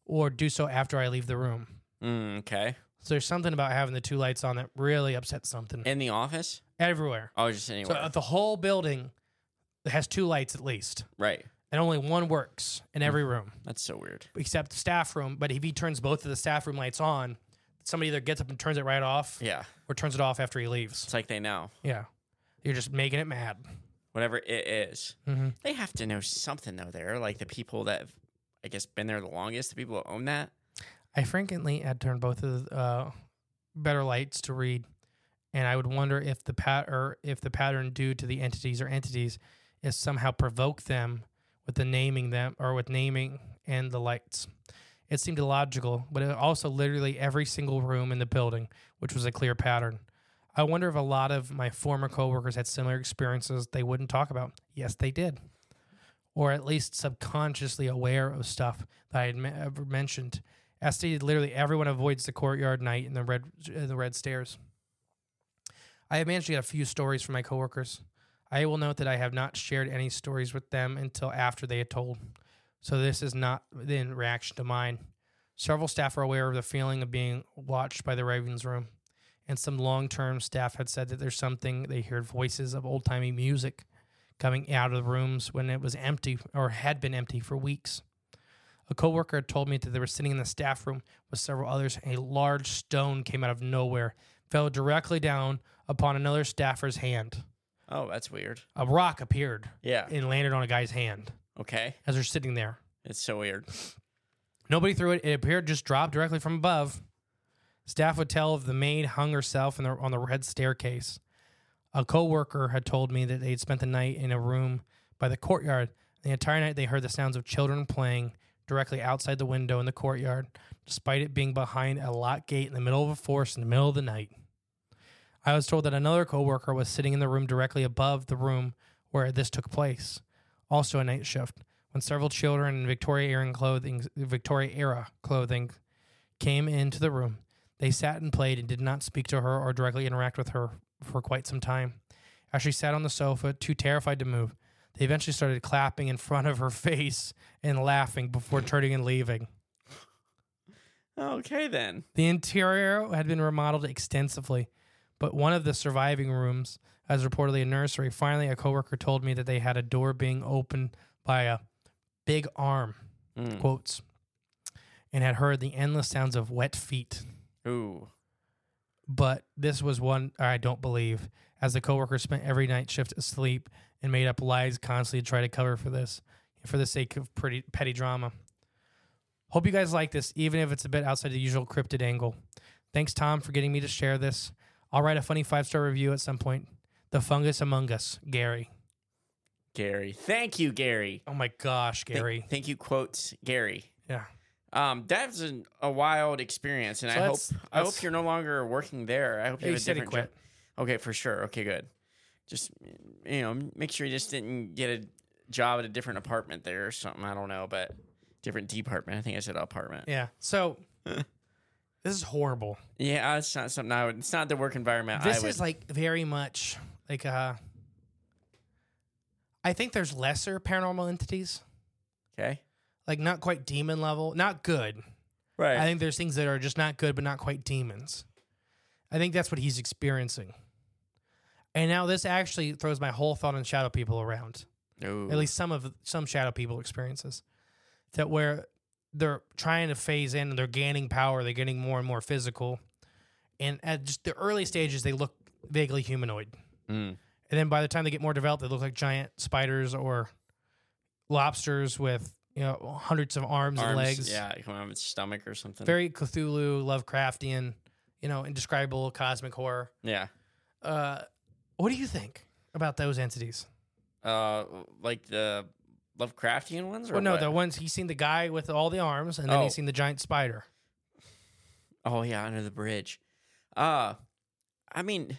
[SPEAKER 1] or do so after I leave the room.
[SPEAKER 4] Mm, okay.
[SPEAKER 1] So there's something about having the two lights on that really upsets something
[SPEAKER 4] In the office?
[SPEAKER 1] everywhere.
[SPEAKER 4] Oh, just
[SPEAKER 1] So
[SPEAKER 4] anywhere.
[SPEAKER 1] uh, the whole building has two lights at least,
[SPEAKER 4] right.
[SPEAKER 1] and only one works in every room
[SPEAKER 4] That's so weird.
[SPEAKER 1] except the staff room. But if he turns both of the staff room lights on, somebody either gets up and turns it right off,
[SPEAKER 4] Yeah.
[SPEAKER 1] or turns it off after he leaves.
[SPEAKER 4] It's like they know
[SPEAKER 1] Yeah, you're just making it mad.
[SPEAKER 4] whatever it is.
[SPEAKER 1] Mhm.
[SPEAKER 4] They have to know something though. There, like the people that have, I guess, been there the longest. The people who own that.
[SPEAKER 1] I frankly had turned both of the uh, better lights to read, and I would wonder if the pat or if the pattern due to the entities or entities is somehow provoked them with the naming them or with naming and the lights. It seemed illogical, but it also literally every single room in the building, which was a clear pattern. I wonder if a lot of my former coworkers had similar experiences they wouldn't talk about. Yes, they did. or at least subconsciously aware of stuff that I had me- ever mentioned. SD literally everyone avoids the courtyard night and the red uh, the red stairs. I have managed to get a few stories from my coworkers. I will note that I have not shared any stories with them until after they had told. So this is not in reaction to mine. Several staff are aware of the feeling of being watched by the Ravens room, and some long-term staff had said that there's something they heard voices of old-timey music coming out of the rooms when it was empty or had been empty for weeks. A coworker had told me that they were sitting in the staff room with several others, and a large stone came out of nowhere, fell directly down upon another staffer's hand.
[SPEAKER 4] Oh, that's weird.
[SPEAKER 1] A rock appeared,
[SPEAKER 4] Yeah.
[SPEAKER 1] and landed on a guy's hand
[SPEAKER 4] Okay.
[SPEAKER 1] as they're sitting there.
[SPEAKER 4] It's so weird.
[SPEAKER 1] Nobody threw it. It appeared just dropped directly from above. Staff would tell if the maid hung herself in the, on the red staircase. A coworker had told me that they'd spent the night in a room by the courtyard. The entire night they heard the sounds of children playing directly outside the window in the courtyard, despite it being behind a lock gate in the middle of a forest in the middle of the night. I was told that another coworker was sitting in the room directly above the room where this took place, also a night shift, when several children in Victoria era clothing, Victoria era clothing came into the room. They sat and played and did not speak to her or directly interact with her for quite some time. As she sat on the sofa, too terrified to move, they eventually started clapping in front of her [laughs] face and laughing before turning and leaving.
[SPEAKER 4] Okay then.
[SPEAKER 1] The interior had been remodeled extensively, but one of the surviving rooms, as reportedly a nursery, finally a coworker told me that they had a door being opened by a big arm,
[SPEAKER 4] Mm.
[SPEAKER 1] quotes, and had heard the endless sounds of wet feet.
[SPEAKER 4] Ooh.
[SPEAKER 1] But this was one I don't believe, as the coworker spent every night shift asleep and made up lies constantly to try to cover for this, for the sake of pretty petty drama. Hope you guys like this, even if it's a bit outside the usual cryptid angle. Thanks, Tom, for getting me to share this. I'll write a funny five star review at some point. The fungus among us, Gary.
[SPEAKER 4] Gary. Thank you, Gary.
[SPEAKER 1] Oh my gosh,
[SPEAKER 4] Thank-
[SPEAKER 1] Gary.
[SPEAKER 4] Thank, you, quotes, Gary.
[SPEAKER 1] Yeah.
[SPEAKER 4] Um, that's an, a wild experience, and
[SPEAKER 1] So
[SPEAKER 4] I hope
[SPEAKER 1] that's-
[SPEAKER 4] I hope
[SPEAKER 1] that's-
[SPEAKER 4] you're no longer working there. I hope
[SPEAKER 1] Yeah,
[SPEAKER 4] you
[SPEAKER 1] he
[SPEAKER 4] have a
[SPEAKER 1] said he
[SPEAKER 4] different job. Okay, for sure. Okay, good. Just you know, make sure you just didn't get a job at a different apartment there or something. I don't know, but different department. I think I said apartment.
[SPEAKER 1] Yeah. So this is horrible.
[SPEAKER 4] Yeah, it's not something I would. It's not the work environment. I
[SPEAKER 1] This
[SPEAKER 4] would,
[SPEAKER 1] is like very much like uh I think there's lesser paranormal entities.
[SPEAKER 4] okay,
[SPEAKER 1] Like not quite demon level. Not good.
[SPEAKER 4] right?
[SPEAKER 1] I think there's things that are just not good, but not quite demons. I think that's what he's experiencing. And now this actually throws my whole thought on shadow people around.
[SPEAKER 4] Ooh.
[SPEAKER 1] At least some of some shadow people experiences that where they're trying to phase in, they're gaining power, they're getting more and more physical, and at just the early stages they look vaguely humanoid,
[SPEAKER 4] Mm.
[SPEAKER 1] and then by the time they get more developed, they look like giant spiders or lobsters with you know hundreds of arms, and legs.
[SPEAKER 4] Yeah, come out of its stomach or something.
[SPEAKER 1] Very Cthulhu, Lovecraftian, you know, indescribable cosmic horror.
[SPEAKER 4] yeah.
[SPEAKER 1] Uh, what do you think about those entities?
[SPEAKER 4] Uh, like the Lovecraftian ones, or
[SPEAKER 1] Well, no,
[SPEAKER 4] what?
[SPEAKER 1] the ones he's seen the guy with all the arms, and then
[SPEAKER 4] Oh.
[SPEAKER 1] he's seen the giant spider.
[SPEAKER 4] Oh yeah, under the bridge. Uh I mean,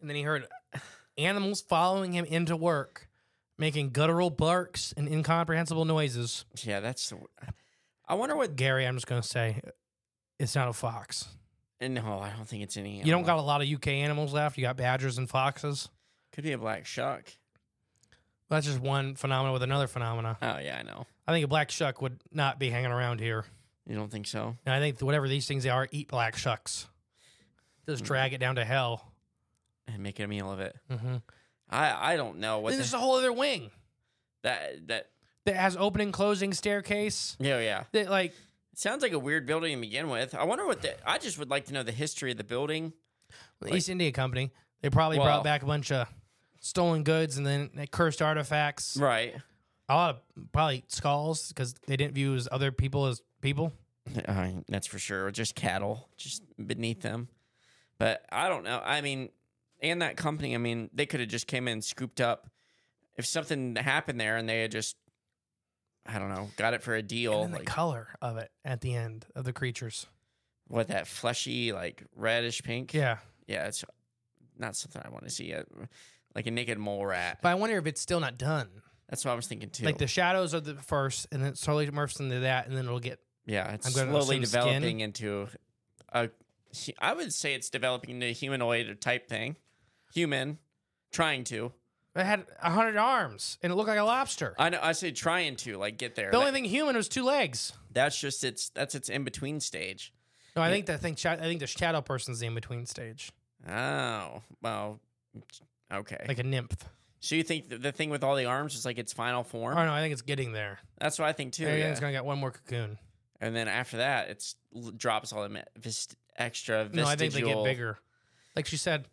[SPEAKER 1] And then he heard animals following him into work, making guttural barks and incomprehensible noises.
[SPEAKER 4] yeah, that's. The, I wonder what.
[SPEAKER 1] Gary, I'm just going to say, it's not a fox.
[SPEAKER 4] No, oh, I don't think it's any. uh,
[SPEAKER 1] You don't got
[SPEAKER 4] animal.
[SPEAKER 1] a lot of UK animals left. You got badgers and foxes.
[SPEAKER 4] Could be a black shark.
[SPEAKER 1] That's just one phenomena with another phenomena.
[SPEAKER 4] Oh yeah, I know.
[SPEAKER 1] I think a black shuck would not be hanging around here.
[SPEAKER 4] You don't think so?
[SPEAKER 1] And I think whatever these things they are, eat black shucks. Just drag it down to hell.
[SPEAKER 4] And make a meal of it.
[SPEAKER 1] Mm-hmm.
[SPEAKER 4] I I don't know what
[SPEAKER 1] Then
[SPEAKER 4] the,
[SPEAKER 1] there's a whole other wing
[SPEAKER 4] that that.
[SPEAKER 1] that has opening, closing staircase.
[SPEAKER 4] Yeah, yeah.
[SPEAKER 1] That like
[SPEAKER 4] It sounds like a weird building to begin with. I wonder what the. I just would like to know the history of the building.
[SPEAKER 1] the East India Company. They probably
[SPEAKER 4] Well-
[SPEAKER 1] brought back a bunch of stolen goods and then they cursed artifacts.
[SPEAKER 4] Right.
[SPEAKER 1] A lot of probably skulls because they didn't view as other people as people.
[SPEAKER 4] I mean, that's for sure. Just cattle, just beneath them. But I don't know. I mean, and that company. I mean, they could have just came in, scooped up. If something happened there, and they had just, I don't know, got it for a deal,
[SPEAKER 1] and then
[SPEAKER 4] like
[SPEAKER 1] the color of it at the end of the creatures.
[SPEAKER 4] what that fleshy, like reddish pink.
[SPEAKER 1] Yeah.
[SPEAKER 4] yeah, it's not something I want to see. uh, Like a naked mole rat.
[SPEAKER 1] But I wonder if it's still not done.
[SPEAKER 4] That's what I was thinking too.
[SPEAKER 1] Like the shadows are the first, and then it slowly morphs into that, and then it'll get
[SPEAKER 4] yeah, it's
[SPEAKER 1] I'm gonna
[SPEAKER 4] slowly
[SPEAKER 1] assume skin.
[SPEAKER 4] developing into a. hu- I would say it's developing into a humanoid type thing. Human, trying to.
[SPEAKER 1] It had hundred arms, and it looked like a lobster.
[SPEAKER 4] I know. I say trying to like get there.
[SPEAKER 1] The only
[SPEAKER 4] That-
[SPEAKER 1] thing human was two legs.
[SPEAKER 4] that's just its that's its in between stage.
[SPEAKER 1] No, I
[SPEAKER 4] Yeah.
[SPEAKER 1] think that thing. I think the shadow person's the in between stage,
[SPEAKER 4] Oh well, okay.
[SPEAKER 1] like a nymph.
[SPEAKER 4] so you think the, the thing with all the arms is like its final form?
[SPEAKER 1] Oh no, I think it's getting there.
[SPEAKER 4] That's what I think too.
[SPEAKER 1] I think
[SPEAKER 4] yeah.
[SPEAKER 1] it's gonna get one more cocoon.
[SPEAKER 4] and then after that, it drops all the mi- vest- extra vestigial.
[SPEAKER 1] No, I think they get bigger. Like she said,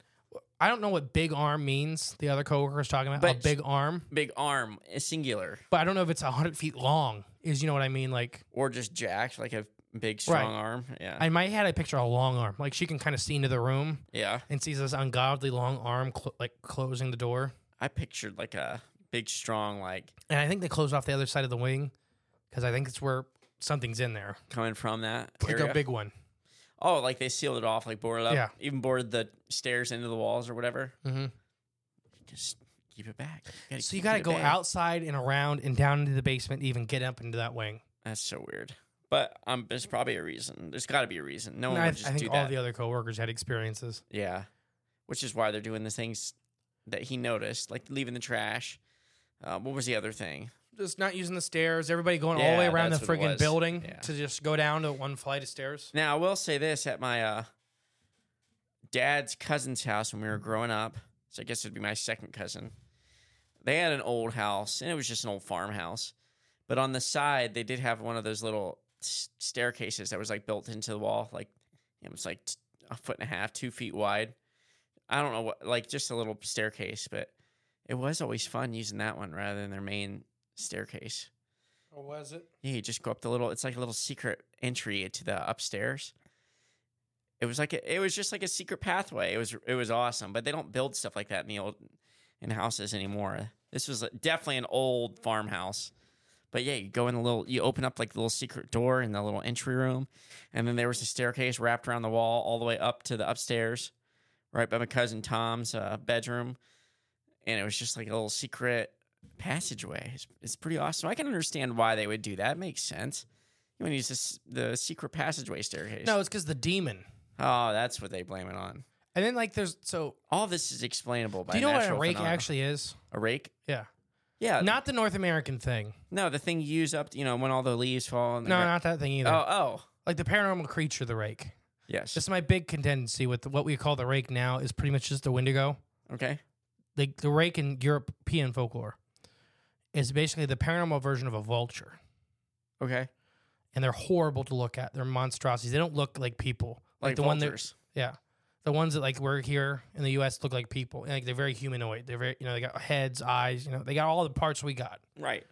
[SPEAKER 1] I don't know what big arm means. The other coworker was talking about
[SPEAKER 4] But
[SPEAKER 1] a big arm,
[SPEAKER 4] Big arm, uh, singular,
[SPEAKER 1] but I don't know if it's hundred feet long. Is you know what I mean? Like
[SPEAKER 4] or just jacked, like a big strong
[SPEAKER 1] Right.
[SPEAKER 4] arm. Yeah,
[SPEAKER 1] in my head, I picture a long arm. Like she can kind of see into the room
[SPEAKER 4] yeah.
[SPEAKER 1] and sees this ungodly long arm, cl- like closing the door.
[SPEAKER 4] I pictured like a big strong, like
[SPEAKER 1] And I think they closed off the other side of the wing because I think it's where something's in there,
[SPEAKER 4] coming from that
[SPEAKER 1] like
[SPEAKER 4] area.
[SPEAKER 1] a big one.
[SPEAKER 4] Oh, like they sealed it off, like boarded up.
[SPEAKER 1] Yeah.
[SPEAKER 4] Even boarded the stairs into the walls or whatever.
[SPEAKER 1] hmm
[SPEAKER 4] Just keep it back.
[SPEAKER 1] So you
[SPEAKER 4] keep
[SPEAKER 1] got to
[SPEAKER 4] it
[SPEAKER 1] go
[SPEAKER 4] back.
[SPEAKER 1] outside and around and down into the basement, to even get up into that wing.
[SPEAKER 4] That's so weird. But um, there's probably a reason. There's got to be a reason. No
[SPEAKER 1] And
[SPEAKER 4] one
[SPEAKER 1] I,
[SPEAKER 4] would just
[SPEAKER 1] I think
[SPEAKER 4] do
[SPEAKER 1] all
[SPEAKER 4] that.
[SPEAKER 1] the other coworkers had experiences.
[SPEAKER 4] yeah, which is why they're doing the things that he noticed, like leaving the trash. Uh, what was the other thing?
[SPEAKER 1] Just not using the stairs. Everybody going all the way
[SPEAKER 4] Yeah,
[SPEAKER 1] around the
[SPEAKER 4] that's what it
[SPEAKER 1] friggin'
[SPEAKER 4] was.
[SPEAKER 1] building
[SPEAKER 4] Yeah.
[SPEAKER 1] to just go down to one flight of stairs.
[SPEAKER 4] Now I will say this: at my uh, dad's cousin's house when we were growing up, so I guess it'd be my second cousin. They had an old house, and it was just an old farmhouse. But on the side, they did have one of those little s- staircases that was like built into the wall, like it was like t- a foot and a half, two feet wide. I don't know what, like just a little staircase, but it was always fun using that one rather than their main staircase.
[SPEAKER 1] Or was it?
[SPEAKER 4] Yeah, you just go up the little. It's like a little secret entry to the upstairs. It was like a, it was just like a secret pathway. It was it was awesome, but they don't build stuff like that in the old in houses anymore. This was definitely an old farmhouse. But yeah, you go in the little, you open up like the little secret door in the little entry room, and then there was a staircase wrapped around the wall all the way up to the upstairs, right by my cousin Tom's uh, bedroom, and it was just like a little secret passageway. It's, it's pretty awesome. I can understand why they would do that. It makes sense. You want to use this, the secret passageway staircase?
[SPEAKER 1] No, it's because the demon.
[SPEAKER 4] Oh, that's what they blame it on.
[SPEAKER 1] And then like there's so.
[SPEAKER 4] All this is explainable by
[SPEAKER 1] Do you know what a
[SPEAKER 4] natural
[SPEAKER 1] rake
[SPEAKER 4] phenomena. Uh,
[SPEAKER 1] actually is?
[SPEAKER 4] A rake?
[SPEAKER 1] Yeah.
[SPEAKER 4] Yeah.
[SPEAKER 1] Not the North American thing.
[SPEAKER 4] No, the thing you use up, you know, when all the leaves fall. And the
[SPEAKER 1] No,
[SPEAKER 4] gra-
[SPEAKER 1] not that thing either.
[SPEAKER 4] Oh, oh,
[SPEAKER 1] Like the paranormal creature, the rake.
[SPEAKER 4] yes.
[SPEAKER 1] This is my big contingency with what we call the rake now is pretty much just the Wendigo.
[SPEAKER 4] okay.
[SPEAKER 1] Like the rake in European folklore is basically the paranormal version of a vulture.
[SPEAKER 4] Okay.
[SPEAKER 1] and they're horrible to look at. They're monstrosities. They don't look like people.
[SPEAKER 4] Like,
[SPEAKER 1] the
[SPEAKER 4] vultures.
[SPEAKER 1] one that yeah, the ones that like we're here in the U.S. look like people. And, like they're very humanoid. They're very you know they got heads, eyes. You know they got all the parts we got.
[SPEAKER 4] Right.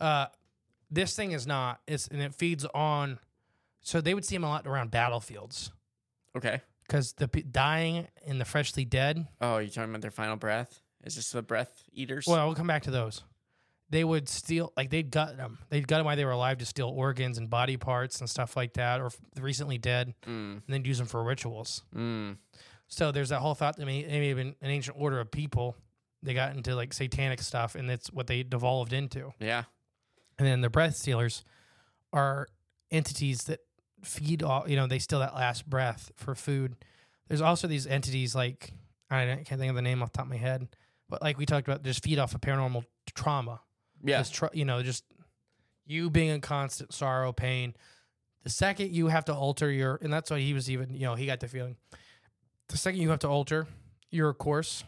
[SPEAKER 1] Uh, this thing is not. It's and it feeds on. So they would see them a lot around battlefields
[SPEAKER 4] Okay.
[SPEAKER 1] because the pe dying and the freshly dead.
[SPEAKER 4] Oh, you're talking about their final breath? Is this the breath eaters?
[SPEAKER 1] Well, we'll come back to those. They would steal, like they'd gut them. They'd gut them while they were alive to steal organs and body parts and stuff like that, or f- recently dead,
[SPEAKER 4] Mm.
[SPEAKER 1] and then use them for rituals.
[SPEAKER 4] Mm.
[SPEAKER 1] So there's that whole thought that may, they may have been an ancient order of people. They got into like satanic stuff, and that's what they devolved into.
[SPEAKER 4] Yeah.
[SPEAKER 1] And then the breath stealers are entities that feed all. You know, they steal that last breath for food. There's also these entities like I don't- can't think of the name off the top of my head, but like we talked about, just feed off of paranormal trauma.
[SPEAKER 4] Yeah.
[SPEAKER 1] Just tr- you know, just you being in constant sorrow, pain. The second you have to alter your, and that's why he was even, you know, he got the feeling. The second you have to alter your course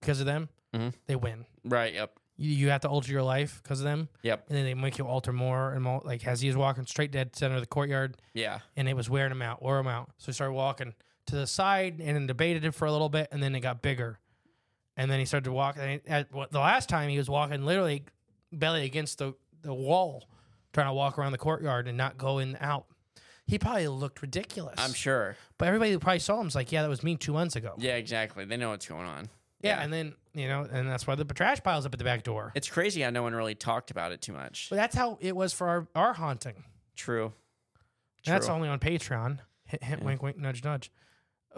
[SPEAKER 1] because of them,
[SPEAKER 4] Mhm.
[SPEAKER 1] they win.
[SPEAKER 4] Right. Yep.
[SPEAKER 1] You, you have to alter your life because of them,
[SPEAKER 4] Yep.
[SPEAKER 1] and then they make you alter more and more. Like as he was walking straight dead center of the courtyard,
[SPEAKER 4] Yeah.
[SPEAKER 1] and it was wearing him out, wore him out. So he started walking to the side and then debated it for a little bit, and then it got bigger. And then he started to walk. And at, what- the last time he was walking literally belly against the, the wall, trying to walk around the courtyard and not go in out. He probably looked ridiculous.
[SPEAKER 4] I'm sure.
[SPEAKER 1] But everybody who probably saw him was like, yeah, that was me two months ago.
[SPEAKER 4] Yeah, exactly. They know what's going on.
[SPEAKER 1] Yeah, and then, you know, and that's why the trash pile's up at the back door.
[SPEAKER 4] It's crazy how no one really talked about it too much.
[SPEAKER 1] But that's how it was for our, our haunting.
[SPEAKER 4] True.
[SPEAKER 1] And That's
[SPEAKER 4] True.
[SPEAKER 1] only on Patreon. Hint, hint, wink, wink, nudge, nudge.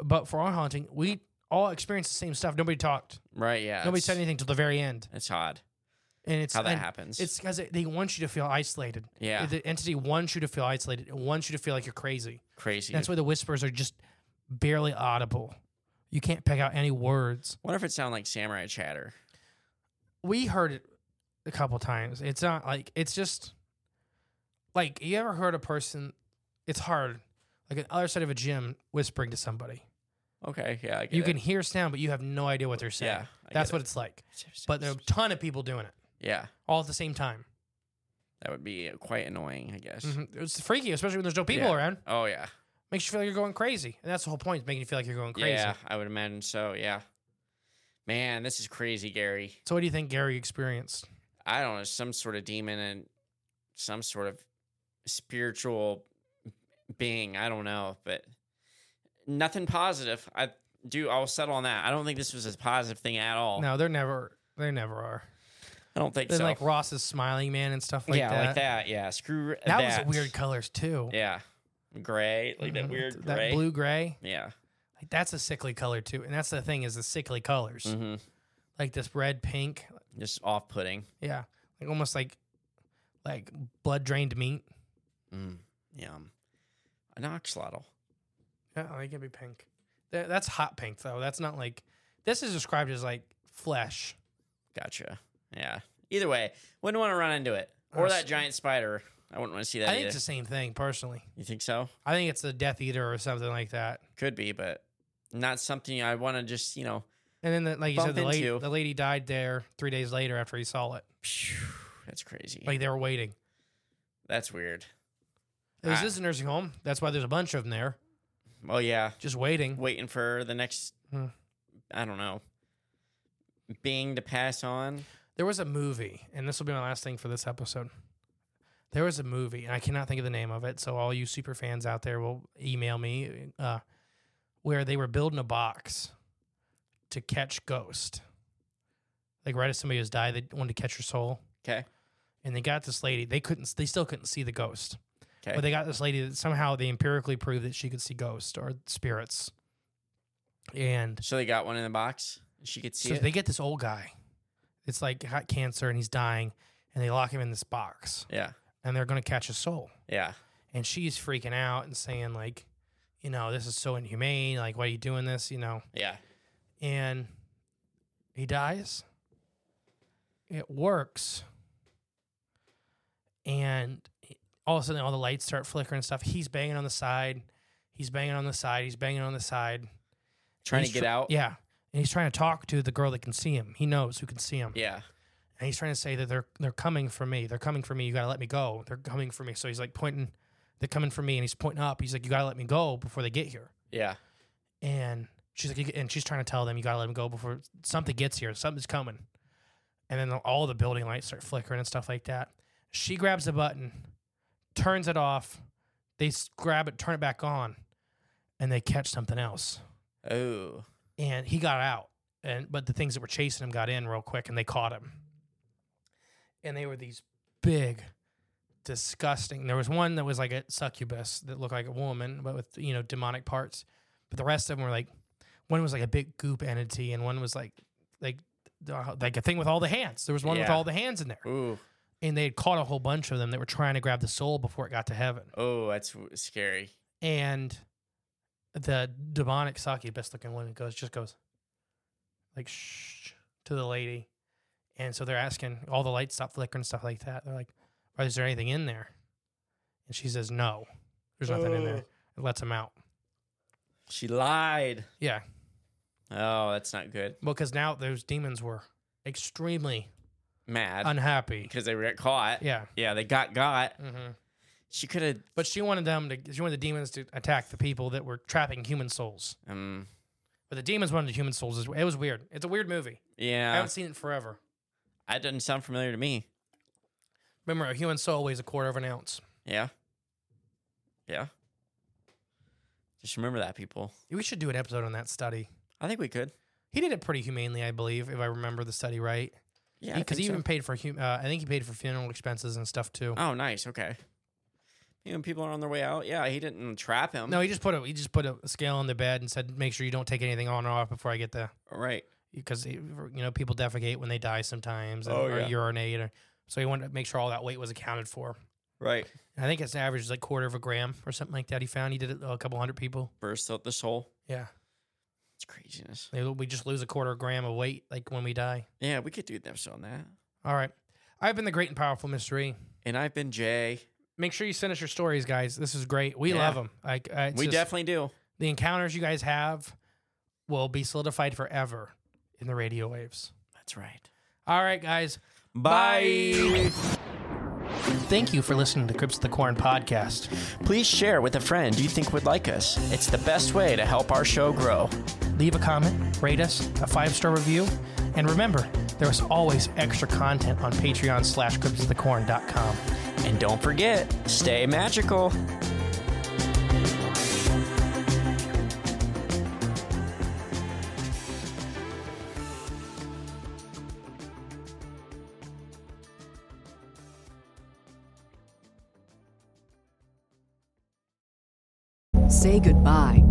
[SPEAKER 1] But for our haunting, we all experienced the same stuff. Nobody talked.
[SPEAKER 4] Right. Yeah.
[SPEAKER 1] Nobody
[SPEAKER 4] it's-
[SPEAKER 1] said anything till the very end.
[SPEAKER 4] It's odd.
[SPEAKER 1] and it's
[SPEAKER 4] How that
[SPEAKER 1] and
[SPEAKER 4] happens.
[SPEAKER 1] It's because they want you to feel isolated.
[SPEAKER 4] Yeah.
[SPEAKER 1] the entity wants you to feel isolated. It wants you to feel like you're crazy.
[SPEAKER 4] Crazy.
[SPEAKER 1] That's why the whispers are just barely audible. You can't pick out any words.
[SPEAKER 4] Wonder if it sounded like samurai chatter.
[SPEAKER 1] we heard it a couple times. It's not like it's just like you ever heard a person. It's hard, like on the other side of a gym, whispering to somebody.
[SPEAKER 4] Okay, yeah, I get
[SPEAKER 1] you
[SPEAKER 4] it.
[SPEAKER 1] can hear sound, but you have no idea what they're saying.
[SPEAKER 4] Yeah, I
[SPEAKER 1] that's
[SPEAKER 4] get
[SPEAKER 1] what
[SPEAKER 4] it.
[SPEAKER 1] it's like. But there are a ton of people doing it
[SPEAKER 4] Yeah,
[SPEAKER 1] all at the same time.
[SPEAKER 4] that would be quite annoying, I guess.
[SPEAKER 1] Mhm. It's freaky, especially when there's no people
[SPEAKER 4] Mm-hmm. Yeah.
[SPEAKER 1] around.
[SPEAKER 4] Oh yeah,
[SPEAKER 1] Makes you feel like you're going crazy, and that's the whole point: is making you feel like you're going crazy.
[SPEAKER 4] yeah, I would imagine so. Yeah, man, this is crazy, Gary.
[SPEAKER 1] So, what do you think Gary experienced?
[SPEAKER 4] I don't know, some sort of demon and some sort of spiritual being. I don't know, but nothing positive. I do. I'll settle on that. I don't think this was a positive thing at all.
[SPEAKER 1] No, they're never. They never are.
[SPEAKER 4] I don't think
[SPEAKER 1] Then
[SPEAKER 4] Oh. so.
[SPEAKER 1] like Ross's smiling man and stuff like
[SPEAKER 4] yeah,
[SPEAKER 1] that.
[SPEAKER 4] like that. Yeah, screw
[SPEAKER 1] That was weird colors too.
[SPEAKER 4] Yeah, gray, like that
[SPEAKER 1] Mhm.
[SPEAKER 4] weird
[SPEAKER 1] that
[SPEAKER 4] gray,
[SPEAKER 1] blue gray.
[SPEAKER 4] Yeah,
[SPEAKER 1] Like that's a sickly color too, and that's the thing is the sickly colors,
[SPEAKER 4] hmm
[SPEAKER 1] like this red, pink,
[SPEAKER 4] just off-putting.
[SPEAKER 1] yeah, like almost like like blood drained meat.
[SPEAKER 4] Mm, yum. An oxlotl.
[SPEAKER 1] Yeah, oh, they can be pink. Tha- That's hot pink though. That's not like this is described as like flesh.
[SPEAKER 4] Gotcha. Yeah. Either way, wouldn't want to run into it or
[SPEAKER 1] Uh,
[SPEAKER 4] that
[SPEAKER 1] s-
[SPEAKER 4] giant spider. I wouldn't want to see that.
[SPEAKER 1] I think
[SPEAKER 4] either.
[SPEAKER 1] it's the same thing personally.
[SPEAKER 4] You think so?
[SPEAKER 1] I think it's the Death Eater or something like that.
[SPEAKER 4] Could be, but not something I want to just you know.
[SPEAKER 1] And then, the, like you said,
[SPEAKER 4] Bump
[SPEAKER 1] the lady,
[SPEAKER 4] into.
[SPEAKER 1] the lady died there three days later after he saw it.
[SPEAKER 4] That's crazy.
[SPEAKER 1] Like they were waiting.
[SPEAKER 4] That's weird.
[SPEAKER 1] It was
[SPEAKER 4] Ah.
[SPEAKER 1] this nursing home. That's why there's a bunch of them there,
[SPEAKER 4] Oh yeah,
[SPEAKER 1] just waiting.
[SPEAKER 4] waiting for the next.
[SPEAKER 1] Hmm.
[SPEAKER 4] I don't know. Being to pass on.
[SPEAKER 1] There was a movie, and this will be my last thing for this episode. There was a movie, and I cannot think of the name of it. So all you super fans out there will email me uh, where they were building a box to catch ghost. Like right as somebody was died, they wanted to catch her soul,
[SPEAKER 4] Okay.
[SPEAKER 1] and they got this lady. They couldn't. They still couldn't see the ghost,
[SPEAKER 4] Okay.
[SPEAKER 1] but they got this lady that somehow they empirically proved that she could see ghosts or spirits. And
[SPEAKER 4] so they got one in the box. She could see
[SPEAKER 1] so
[SPEAKER 4] it.
[SPEAKER 1] they get this old guy. It's like got cancer and he's dying, and they lock him in this box,
[SPEAKER 4] yeah.
[SPEAKER 1] and they're gonna catch his soul.
[SPEAKER 4] Yeah.
[SPEAKER 1] And she's freaking out and saying like, you know, this is so inhumane. Like, why are you doing this? You know.
[SPEAKER 4] Yeah.
[SPEAKER 1] And he dies. It works. And all of a sudden, all the lights start flickering and stuff. He's banging on the side. He's banging on the side. He's banging on the side.
[SPEAKER 4] Trying to
[SPEAKER 1] He's
[SPEAKER 4] get
[SPEAKER 1] tr-
[SPEAKER 4] out.
[SPEAKER 1] Yeah. And he's trying to talk to the girl that can see him. He knows who can see him.
[SPEAKER 4] Yeah.
[SPEAKER 1] And he's trying to say that they're they're coming for me. They're coming for me. You gotta let me go. They're coming for me. So he's like pointing, they're coming for me, and he's pointing up. He's like, You gotta let me go before they get here.
[SPEAKER 4] Yeah.
[SPEAKER 1] And she's like, "You- and she's trying to tell them you gotta let them go before something gets here. Something's coming. And then all the building lights start flickering and stuff like that. She grabs the button, turns it off. They s- grab it, turn it back on, and they catch something else.
[SPEAKER 4] Oh.
[SPEAKER 1] And he got out, and but the things that were chasing him got in real quick, and they caught him. And they were these big, disgusting. There was one that was like a succubus that looked like a woman, but with you know demonic parts. But the rest of them were like, one was like a big goop entity, and one was like, like, uh, like a thing with all the hands. There was one with
[SPEAKER 4] Yeah.
[SPEAKER 1] all the hands in there,
[SPEAKER 4] Ooh.
[SPEAKER 1] and they had caught a whole bunch of them that were trying to grab the soul before it got to heaven.
[SPEAKER 4] Oh, that's w- scary.
[SPEAKER 1] And the demonic succubus looking woman goes, just goes, like, shh, to the lady. And so they're asking, all the lights stop flickering, stuff like that. They're like, "Are is there anything in there? And she says, no, there's nothing in there.
[SPEAKER 4] Ugh.
[SPEAKER 1] It lets him out.
[SPEAKER 4] She lied.
[SPEAKER 1] Yeah.
[SPEAKER 4] Oh, that's not good.
[SPEAKER 1] Well, because now those demons were extremely
[SPEAKER 4] Mad. [laughs]
[SPEAKER 1] unhappy.
[SPEAKER 4] because they were caught.
[SPEAKER 1] Yeah.
[SPEAKER 4] Yeah, they got got.
[SPEAKER 1] hmm
[SPEAKER 4] She could have.
[SPEAKER 1] But she wanted them to, she wanted the demons to attack the people that were trapping human souls.
[SPEAKER 4] Um.
[SPEAKER 1] But the demons wanted the human souls. as well. It was weird. It's a weird movie. I
[SPEAKER 4] Yeah.
[SPEAKER 1] haven't seen it in forever.
[SPEAKER 4] That doesn't sound familiar to me.
[SPEAKER 1] Remember, a human soul weighs a quarter of an ounce.
[SPEAKER 4] Yeah. Yeah. Just remember that, people.
[SPEAKER 1] We should do an episode on that study.
[SPEAKER 4] I think we could.
[SPEAKER 1] He did it pretty humanely, I believe, if I remember the study right.
[SPEAKER 4] Yeah. I
[SPEAKER 1] because he,
[SPEAKER 4] think so.
[SPEAKER 1] even paid for hum- uh, I think he paid for funeral expenses and stuff too.
[SPEAKER 4] Oh, nice. Okay. You know, people are on their way out. Yeah, he didn't trap him.
[SPEAKER 1] no, he just put a he just put a scale on the bed and said, "Make sure you don't take anything on or off before I get the."
[SPEAKER 4] Right.
[SPEAKER 1] because you know people defecate when they die sometimes and,
[SPEAKER 4] Oh,
[SPEAKER 1] or
[SPEAKER 4] yeah.
[SPEAKER 1] urinate, or, so he wanted to make sure all that weight was accounted for.
[SPEAKER 4] Right.
[SPEAKER 1] And I think it's average is like quarter of a gram or something like that. He found he did it to a couple hundred people.
[SPEAKER 4] Burst out the soul.
[SPEAKER 1] Yeah,
[SPEAKER 4] It's craziness.
[SPEAKER 1] They- we just lose a quarter gram of weight like when we die.
[SPEAKER 4] Yeah, we could do an episode on that.
[SPEAKER 1] All right, I've been the great and powerful mystery.
[SPEAKER 4] And I've been Jay.
[SPEAKER 1] Make sure you send us your stories, guys. This is great. We
[SPEAKER 4] Yeah.
[SPEAKER 1] love 'em. love them. Like uh, it's
[SPEAKER 4] we
[SPEAKER 1] just-
[SPEAKER 4] definitely do.
[SPEAKER 1] the encounters you guys have will be solidified forever in the radio waves.
[SPEAKER 4] That's right.
[SPEAKER 1] All right, guys.
[SPEAKER 4] Bye.
[SPEAKER 1] Thank you for listening to Crips of the Corn podcast.
[SPEAKER 4] Please share with a friend you think would like us. It's the best way to help our show grow.
[SPEAKER 1] Leave a comment, rate us, a five star review, and remember, there is always extra content on Patreon slash CripsOfTheCorn.com.
[SPEAKER 4] And don't forget, stay magical.
[SPEAKER 5] Say goodbye